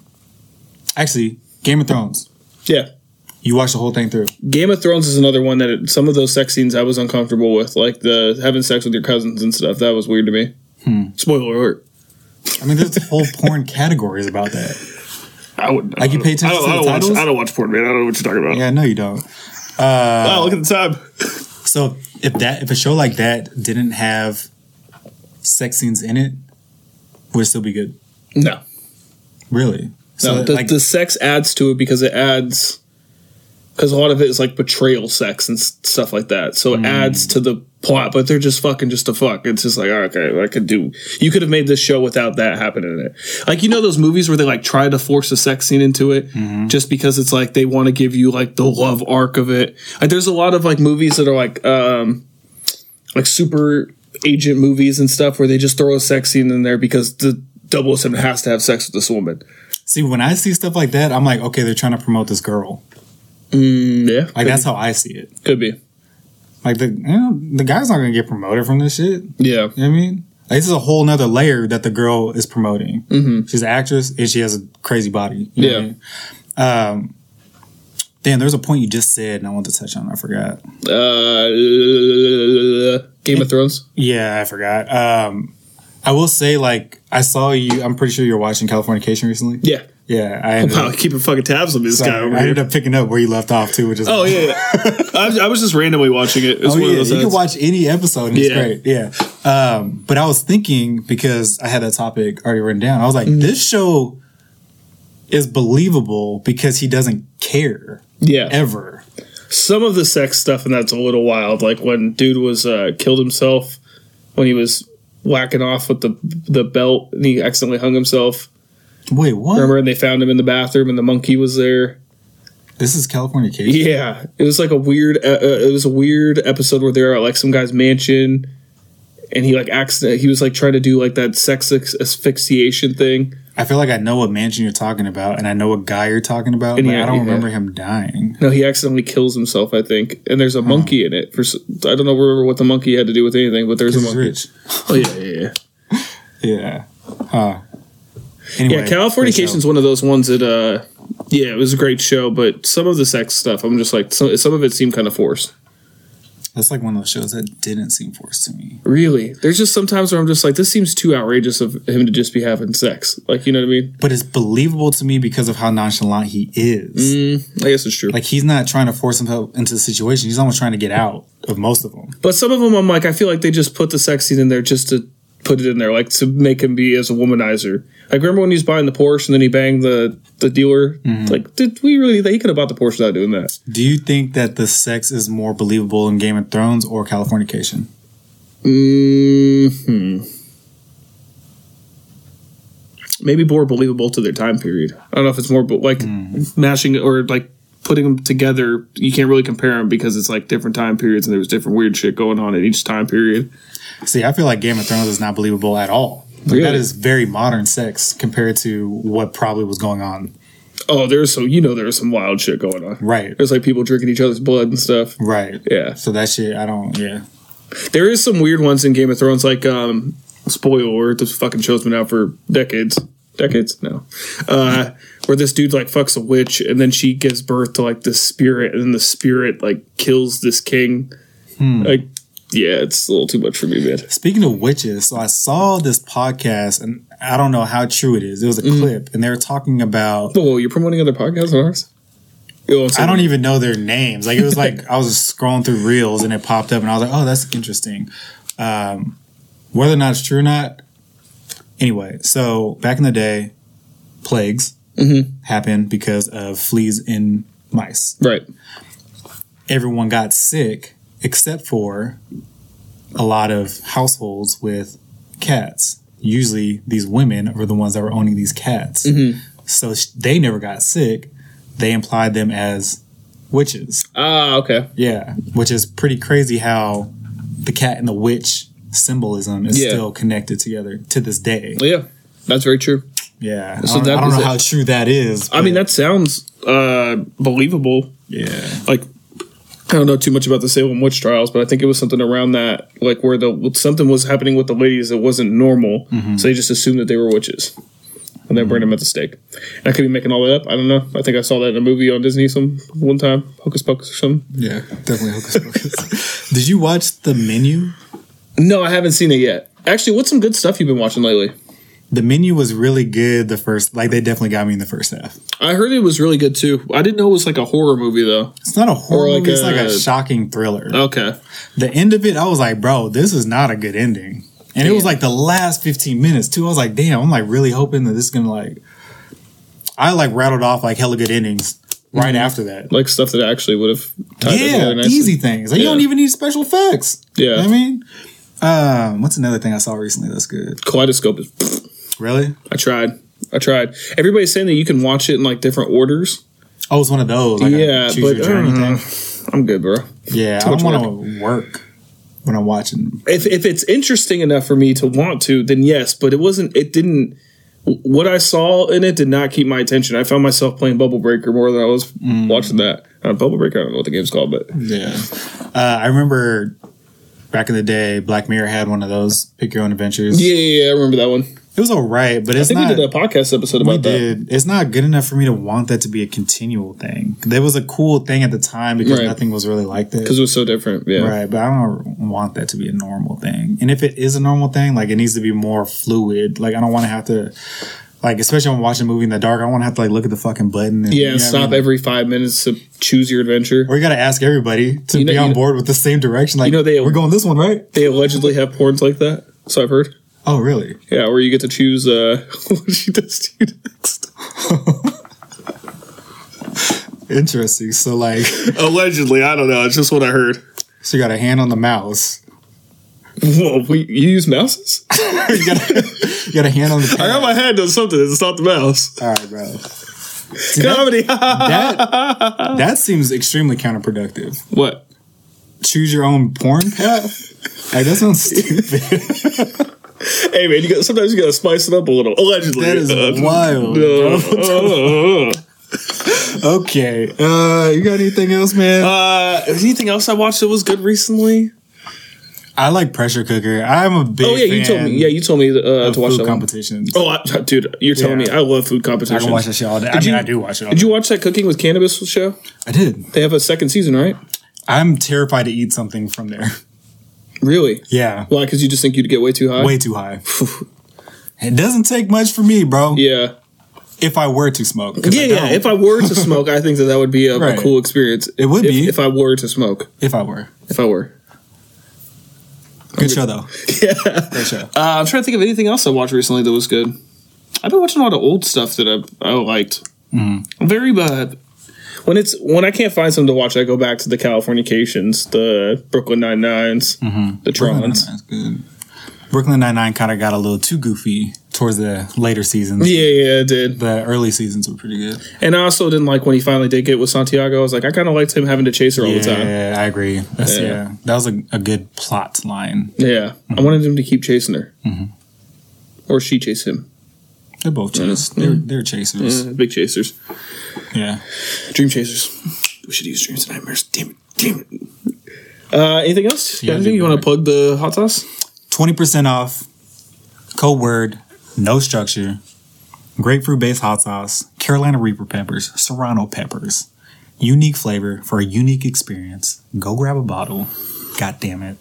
[SPEAKER 7] actually Game of Thrones,
[SPEAKER 6] Yeah.
[SPEAKER 7] you watch the whole thing through.
[SPEAKER 6] Game of Thrones is another one that it, some of those sex scenes I was uncomfortable with, like the having sex with your cousins and stuff. That was weird to me.
[SPEAKER 7] Hmm.
[SPEAKER 6] Spoiler alert.
[SPEAKER 7] I mean, there's whole porn categories about that.
[SPEAKER 6] I wouldn't.
[SPEAKER 7] Like, you pay attention
[SPEAKER 6] I don't,
[SPEAKER 7] to
[SPEAKER 6] I
[SPEAKER 7] the
[SPEAKER 6] don't watch,
[SPEAKER 7] titles?
[SPEAKER 6] I don't watch porn, man. I don't know what you're talking about.
[SPEAKER 7] Yeah, no, you don't.
[SPEAKER 6] oh, look at the time.
[SPEAKER 7] So if that if a show like that didn't have sex scenes in it, would it still be good?
[SPEAKER 6] No,
[SPEAKER 7] Really? So
[SPEAKER 6] no. The,
[SPEAKER 7] like,
[SPEAKER 6] the sex adds to it because it adds because a lot of it is like betrayal sex and s- stuff like that. So it adds to the plot, but they're just fucking just a fuck. It's just like okay, I could do. You could have made this show without that happening in it. Like you know those movies where they like try to force a sex scene into it just because it's like they want to give you like the love arc of it. Like there's a lot of like movies that are like um like super agent movies and stuff where they just throw a sex scene in there because the 007 has to have sex with this woman.
[SPEAKER 7] see, when I see stuff like that, I'm like, okay, they're trying to promote this girl.
[SPEAKER 6] Mm, Yeah,
[SPEAKER 7] Like that's how I see it.
[SPEAKER 6] could be.
[SPEAKER 7] Like the you know, the guy's not gonna get promoted from this shit. You
[SPEAKER 6] Yeah.
[SPEAKER 7] know what I mean? Like, this is a whole nother layer that the girl is promoting.
[SPEAKER 6] Mm-hmm.
[SPEAKER 7] She's an actress and she has a crazy body. you know what I
[SPEAKER 6] Yeah.
[SPEAKER 7] mean? Um, Damn, there's a point you just said, and I wanted to touch on. I forgot.
[SPEAKER 6] Uh, Game of Thrones.
[SPEAKER 7] Yeah, I forgot. Um, I will say, like, I saw you. I'm pretty sure you're watching Californication recently.
[SPEAKER 6] Yeah.
[SPEAKER 7] Yeah, I ended,
[SPEAKER 6] Wow,
[SPEAKER 7] up,
[SPEAKER 6] keeping fucking tabs on this
[SPEAKER 7] sorry,
[SPEAKER 6] guy over
[SPEAKER 7] I
[SPEAKER 6] here.
[SPEAKER 7] ended up picking up where you left off too, which is
[SPEAKER 6] Oh yeah, yeah. [LAUGHS] I, was- I was just randomly watching it. It was
[SPEAKER 7] Oh, yeah.
[SPEAKER 6] one of those.
[SPEAKER 7] you can
[SPEAKER 6] things.
[SPEAKER 7] watch any episode and
[SPEAKER 6] Yeah.
[SPEAKER 7] it's great. Yeah. Um, but I was thinking because I had that topic already written down. I was like,
[SPEAKER 6] Mm.
[SPEAKER 7] this show is believable because he doesn't care
[SPEAKER 6] yeah,
[SPEAKER 7] ever.
[SPEAKER 6] some of the sex stuff, and that's a little wild. Like when dude was uh, killed himself when he was whacking off with the the belt, and he accidentally hung himself.
[SPEAKER 7] Wait, what?
[SPEAKER 6] Remember, and they found him in the bathroom, and the monkey was there.
[SPEAKER 7] This is California case.
[SPEAKER 6] Yeah, it was like a weird. Uh, uh, it was a weird episode where they were at like some guy's mansion, and he like accident. He was like trying to do like that sex as- asphyxiation thing.
[SPEAKER 7] I feel like I know what mansion you're talking about and I know what guy you're talking about,
[SPEAKER 6] And
[SPEAKER 7] but
[SPEAKER 6] yeah,
[SPEAKER 7] I don't
[SPEAKER 6] yeah.
[SPEAKER 7] remember him dying.
[SPEAKER 6] No, he accidentally kills himself, I think. And there's a monkey in it. For s- I don't know remember what the monkey had to do with anything, but there's a
[SPEAKER 7] Because he's
[SPEAKER 6] monkey.
[SPEAKER 7] rich.
[SPEAKER 6] Oh yeah, yeah, yeah.
[SPEAKER 7] [LAUGHS] Yeah. Huh. Anyway,
[SPEAKER 6] Yeah, Californication's one of those ones that. uh Yeah, it was a great show, but some of the sex stuff, I'm just like, some, some of it seemed kind of forced.
[SPEAKER 7] That's like one of those shows that didn't seem forced to me.
[SPEAKER 6] Really, there's just sometimes where I'm just like, this seems too outrageous of him to just be having sex. Like, you know what I mean?
[SPEAKER 7] But it's believable to me because of how nonchalant he is.
[SPEAKER 6] Mm. I guess it's true.
[SPEAKER 7] Like he's not trying to force himself into the situation. He's almost trying to get out of most of them.
[SPEAKER 6] But some of them, I'm like, I feel like they just put the sex scene in there just to put it in there, like to make him be as a womanizer. Like remember when he was buying the Porsche and then he banged the the dealer. Like, did we really? He could have bought the Porsche without doing that.
[SPEAKER 7] Do you think that the sex is more believable in Game of Thrones or Californication?
[SPEAKER 6] Hmm. Maybe more believable to their time period. I don't know if it's more, but like mashing or like putting them together, you can't really compare them because it's like different time periods and there was different weird shit going on in each time period.
[SPEAKER 7] See, I feel like Game of Thrones is not believable at all. Like, That
[SPEAKER 6] Really?
[SPEAKER 7] is very modern sex compared to what probably was going on.
[SPEAKER 6] Oh, there's so you know there's some wild shit going on.
[SPEAKER 7] Right.
[SPEAKER 6] There's like people drinking each other's blood and stuff.
[SPEAKER 7] Right.
[SPEAKER 6] Yeah.
[SPEAKER 7] So that shit, I don't. Yeah.
[SPEAKER 6] There is some weird ones in Game of Thrones, like um spoiler, this fucking show's been out for decades. Decades? No. Uh where this dude like fucks a witch and then she gives birth to like this spirit and then the spirit like kills this king.
[SPEAKER 7] Hmm.
[SPEAKER 6] Like yeah, it's a little too much for me, man.
[SPEAKER 7] Speaking of witches, so I saw this podcast, and I don't know how true it is. It was a clip, and they were talking about
[SPEAKER 6] Whoa, Oh, you're promoting other podcasts on ours? Oh, it's
[SPEAKER 7] I don't
[SPEAKER 6] like-
[SPEAKER 7] even know their names. Like it was like I was just scrolling through reels and it popped up and I was like, oh, that's interesting. Um, whether or not it's true or not. Anyway, so back in the day, plagues happened because of fleas in mice.
[SPEAKER 6] Right.
[SPEAKER 7] Everyone got sick except for a lot of households with cats. Usually, these women were the ones that were owning these cats. So sh- they never got sick. They implied them as witches.
[SPEAKER 6] Ah, okay.
[SPEAKER 7] Yeah, which is pretty crazy how the cat and the witch symbolism is
[SPEAKER 6] Yeah.
[SPEAKER 7] still connected together to this day.
[SPEAKER 6] Yeah. That's very true.
[SPEAKER 7] Yeah,
[SPEAKER 6] So
[SPEAKER 7] I don't,
[SPEAKER 6] that
[SPEAKER 7] I don't
[SPEAKER 6] was
[SPEAKER 7] know
[SPEAKER 6] it.
[SPEAKER 7] how true that is.
[SPEAKER 6] I mean
[SPEAKER 7] but
[SPEAKER 6] that sounds uh believable
[SPEAKER 7] yeah,
[SPEAKER 6] like I don't know too much about the Salem witch trials, but I think it was something around that, like where the something was happening with the ladies that wasn't normal, so they just assumed that they were witches, and they burned them at the stake. And I could be making all that up. I don't know. I think I saw that in a movie on Disney some one time, Hocus Pocus or something.
[SPEAKER 7] yeah, definitely hocus pocus. Did you watch the menu?
[SPEAKER 6] No, I haven't seen it yet. Actually, what's some good stuff you've been watching lately?
[SPEAKER 7] The menu was really good. The first, like, they definitely got me in the first half.
[SPEAKER 6] I heard it was really good too. I didn't know it was like a horror movie though.
[SPEAKER 7] It's not a horror
[SPEAKER 6] like
[SPEAKER 7] movie. It's like
[SPEAKER 6] a-
[SPEAKER 7] a shocking thriller.
[SPEAKER 6] Okay,
[SPEAKER 7] The end of it, I was like, bro, this is not a good ending. And it was
[SPEAKER 6] Yeah.
[SPEAKER 7] like the last 15 minutes too. I was like, damn, I'm like really hoping that this is gonna like I like rattled off like hella good endings right after that.
[SPEAKER 6] like stuff that actually would have Mm-hmm. tied it
[SPEAKER 7] yeah,
[SPEAKER 6] together nicely.
[SPEAKER 7] easy things. Like you
[SPEAKER 6] Yeah.
[SPEAKER 7] don't even need special effects. You know
[SPEAKER 6] Yeah,
[SPEAKER 7] what I mean? Um, what's another thing I saw recently that's good?
[SPEAKER 6] Kaleidoscope is
[SPEAKER 7] Really?
[SPEAKER 6] I tried. I tried. Everybody's saying that you can watch it in like different orders.
[SPEAKER 7] Oh, it's one of those. Like a
[SPEAKER 6] Yeah,
[SPEAKER 7] choose
[SPEAKER 6] but,
[SPEAKER 7] your journey
[SPEAKER 6] uh,
[SPEAKER 7] thing.
[SPEAKER 6] I'm good, bro.
[SPEAKER 7] Yeah, I
[SPEAKER 6] too
[SPEAKER 7] don't
[SPEAKER 6] much
[SPEAKER 7] want to work when I'm watching.
[SPEAKER 6] If if it's interesting enough for me to want to, then yes. But it wasn't. It didn't. What I saw in it did not keep my attention. I found myself playing Bubble Breaker more than I was
[SPEAKER 7] Mm.
[SPEAKER 6] watching that. Uh, Bubble Breaker. I don't know what the game's called, but
[SPEAKER 7] Yeah. Uh, I remember back in the day, Black Mirror had one of those pick your own adventures.
[SPEAKER 6] yeah, yeah, yeah I remember that one.
[SPEAKER 7] It It was all right, but
[SPEAKER 6] I
[SPEAKER 7] it's
[SPEAKER 6] think
[SPEAKER 7] not.
[SPEAKER 6] we did a podcast episode about
[SPEAKER 7] we
[SPEAKER 6] that.
[SPEAKER 7] did. It's not good enough for me to want that to be a continual thing. That was a cool thing at the time because
[SPEAKER 6] Right.
[SPEAKER 7] nothing was really like that.
[SPEAKER 6] because it was so different. Yeah,
[SPEAKER 7] Right, but I don't want that to be a normal thing. And if it is a normal thing, like it needs to be more fluid. Like I don't want to have to, like especially when watching a movie in the dark, I don't want to have to like look at the fucking button. And,
[SPEAKER 6] yeah.
[SPEAKER 7] you know what I
[SPEAKER 6] stop
[SPEAKER 7] mean?
[SPEAKER 6] every five minutes to choose your adventure.
[SPEAKER 7] Or you got to ask everybody to
[SPEAKER 6] You know-
[SPEAKER 7] be
[SPEAKER 6] you
[SPEAKER 7] on
[SPEAKER 6] know-
[SPEAKER 7] board with the same direction. Like
[SPEAKER 6] You know they-
[SPEAKER 7] we're going this one, right?
[SPEAKER 6] They allegedly have porns like that. So I've heard.
[SPEAKER 7] Oh, really?
[SPEAKER 6] Yeah, where you get to choose uh, [LAUGHS] what she does to you next.
[SPEAKER 7] Interesting. So like, [LAUGHS]
[SPEAKER 6] Allegedly, I don't know. It's just what I heard.
[SPEAKER 7] so you got a hand on the mouse.
[SPEAKER 6] Whoa, we, you use mouses?
[SPEAKER 7] you, got a, you got a hand on the.
[SPEAKER 6] I [LAUGHS] got my hand on something. It's not the mouse.
[SPEAKER 7] All right, bro.
[SPEAKER 6] [LAUGHS] Comedy.
[SPEAKER 7] That that seems extremely counterproductive.
[SPEAKER 6] what?
[SPEAKER 7] Choose your own porn path. Like that sounds [LAUGHS] stupid.
[SPEAKER 6] Hey man, you got, sometimes you gotta spice it up a little. Allegedly,
[SPEAKER 7] That is
[SPEAKER 6] Uh,
[SPEAKER 7] wild.
[SPEAKER 6] uh,
[SPEAKER 7] Okay. Uh, you got anything else, man?
[SPEAKER 6] uh, is anything else I watched that was good recently?
[SPEAKER 7] I like pressure cooker. I'm a big.
[SPEAKER 6] Oh yeah, you told me. Yeah, you told me uh,
[SPEAKER 7] of
[SPEAKER 6] to watch
[SPEAKER 7] food
[SPEAKER 6] that one.
[SPEAKER 7] competitions.
[SPEAKER 6] Oh, I, dude, you're telling me
[SPEAKER 7] Yeah.
[SPEAKER 6] I love food
[SPEAKER 7] I
[SPEAKER 6] competitions.
[SPEAKER 7] can watch that shit all day. I mean,
[SPEAKER 6] you-
[SPEAKER 7] I do watch it all.
[SPEAKER 6] Did
[SPEAKER 7] Day.
[SPEAKER 6] you watch that Cooking with Cannabis show?
[SPEAKER 7] I did.
[SPEAKER 6] They have a second season, right?
[SPEAKER 7] I'm terrified to eat something from there. [LAUGHS]
[SPEAKER 6] Really?
[SPEAKER 7] Yeah,
[SPEAKER 6] Why? Because you just think you'd get way too high.
[SPEAKER 7] way too
[SPEAKER 6] [LAUGHS]
[SPEAKER 7] high. It doesn't take much for me, bro.
[SPEAKER 6] Yeah.
[SPEAKER 7] If I were to smoke, 'Cause
[SPEAKER 6] Yeah,
[SPEAKER 7] I
[SPEAKER 6] yeah.
[SPEAKER 7] don't.
[SPEAKER 6] If I were to smoke, I think that that would be a, a
[SPEAKER 7] Right.
[SPEAKER 6] cool experience.
[SPEAKER 7] It would
[SPEAKER 6] if,
[SPEAKER 7] be.
[SPEAKER 6] if I were to smoke.
[SPEAKER 7] if I were.
[SPEAKER 6] If I were.
[SPEAKER 7] Good show though.
[SPEAKER 6] Yeah.
[SPEAKER 7] Great show.
[SPEAKER 6] Uh, I'm trying to think of anything else I watched recently that was good. I've been watching a lot of old stuff that I, I liked.
[SPEAKER 7] Hmm.
[SPEAKER 6] I'm very bad. When it's when I can't find something to watch, I go back to the Californications, the Brooklyn Nine the
[SPEAKER 7] Mm-hmm. Brooklyn
[SPEAKER 6] Trons.
[SPEAKER 7] Nine-Nine's good. Brooklyn Nine Nine kind of got a little too goofy towards the later seasons.
[SPEAKER 6] Yeah, yeah, it did.
[SPEAKER 7] The early seasons were pretty good.
[SPEAKER 6] And I also didn't like when he finally did get with Santiago. I was like, I kind of liked him having to chase her all the time.
[SPEAKER 7] Yeah, I agree. That's,
[SPEAKER 6] Yeah.
[SPEAKER 7] yeah. that was a, a good plot line.
[SPEAKER 6] Yeah,
[SPEAKER 7] Mm-hmm.
[SPEAKER 6] I wanted him to keep chasing her, or she chase him.
[SPEAKER 7] They're both chasers. They're,
[SPEAKER 6] Mm.
[SPEAKER 7] they're chasers.
[SPEAKER 6] Uh, big chasers,
[SPEAKER 7] Yeah.
[SPEAKER 6] dream chasers. We should use dreams and nightmares. Damn it, damn it. Uh, anything else?
[SPEAKER 7] Yeah,
[SPEAKER 6] Yeah, you
[SPEAKER 7] good
[SPEAKER 6] want to
[SPEAKER 7] work.
[SPEAKER 6] plug the hot sauce?
[SPEAKER 7] Twenty percent off. Code word. No structure. Grapefruit based hot sauce. Carolina Reaper peppers. Serrano peppers. Unique flavor for a unique experience. Go grab a bottle. God damn it.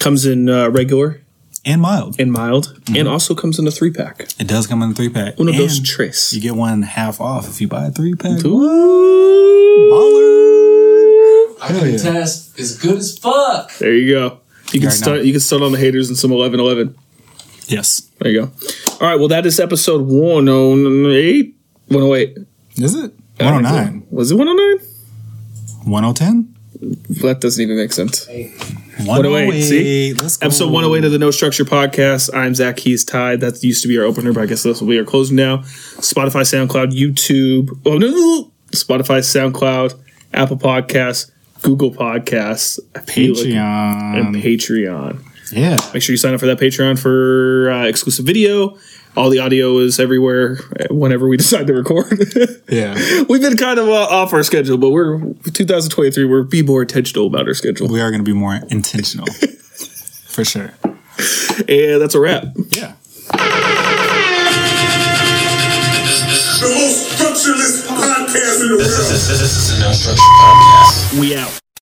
[SPEAKER 6] Comes in uh, regular
[SPEAKER 7] And mild.
[SPEAKER 6] and mild,
[SPEAKER 7] Mm-hmm.
[SPEAKER 6] and also comes in a three pack.
[SPEAKER 7] It does come in a three pack.
[SPEAKER 6] Uno dos
[SPEAKER 7] And
[SPEAKER 6] tres.
[SPEAKER 7] You get one half off if you buy a three pack.
[SPEAKER 6] Ooh.
[SPEAKER 7] Baller.
[SPEAKER 1] I can
[SPEAKER 7] yeah.
[SPEAKER 1] test is good as fuck.
[SPEAKER 6] There you go. You can
[SPEAKER 7] Right
[SPEAKER 6] start.
[SPEAKER 7] now.
[SPEAKER 6] You can start on the haters and some eleven eleven.
[SPEAKER 7] Yes.
[SPEAKER 6] There you go. All right. Well, that is episode one oh eight. One oh eight.
[SPEAKER 7] Is it? 109.
[SPEAKER 6] Was it one oh nine?
[SPEAKER 7] 1010?
[SPEAKER 6] That doesn't even make sense.
[SPEAKER 7] 108.
[SPEAKER 6] see?
[SPEAKER 7] Let's go.
[SPEAKER 6] Episode 108 of the No Structure Podcast. I'm Zach He's Tied. That used to be our opener, but I guess this will be our closing now. Spotify, SoundCloud, YouTube. Oh, no, no, no. Spotify, SoundCloud, Apple Podcasts, Google Podcasts, and
[SPEAKER 7] Patreon.
[SPEAKER 6] Patreon.
[SPEAKER 7] yeah.
[SPEAKER 6] Make sure you sign up for that Patreon for uh, exclusive video. All the audio is everywhere uh, whenever we [LAUGHS] decide to record.
[SPEAKER 7] Yeah.
[SPEAKER 6] We've been kind of uh, off our schedule, but we're 2023. We're be more intentional about our schedule.
[SPEAKER 7] We are going to be more intentional. For sure.
[SPEAKER 6] And that's a wrap.
[SPEAKER 7] Yeah.
[SPEAKER 4] The most structureless podcast in the world.
[SPEAKER 2] This is the No Structure Podcast.
[SPEAKER 6] We out.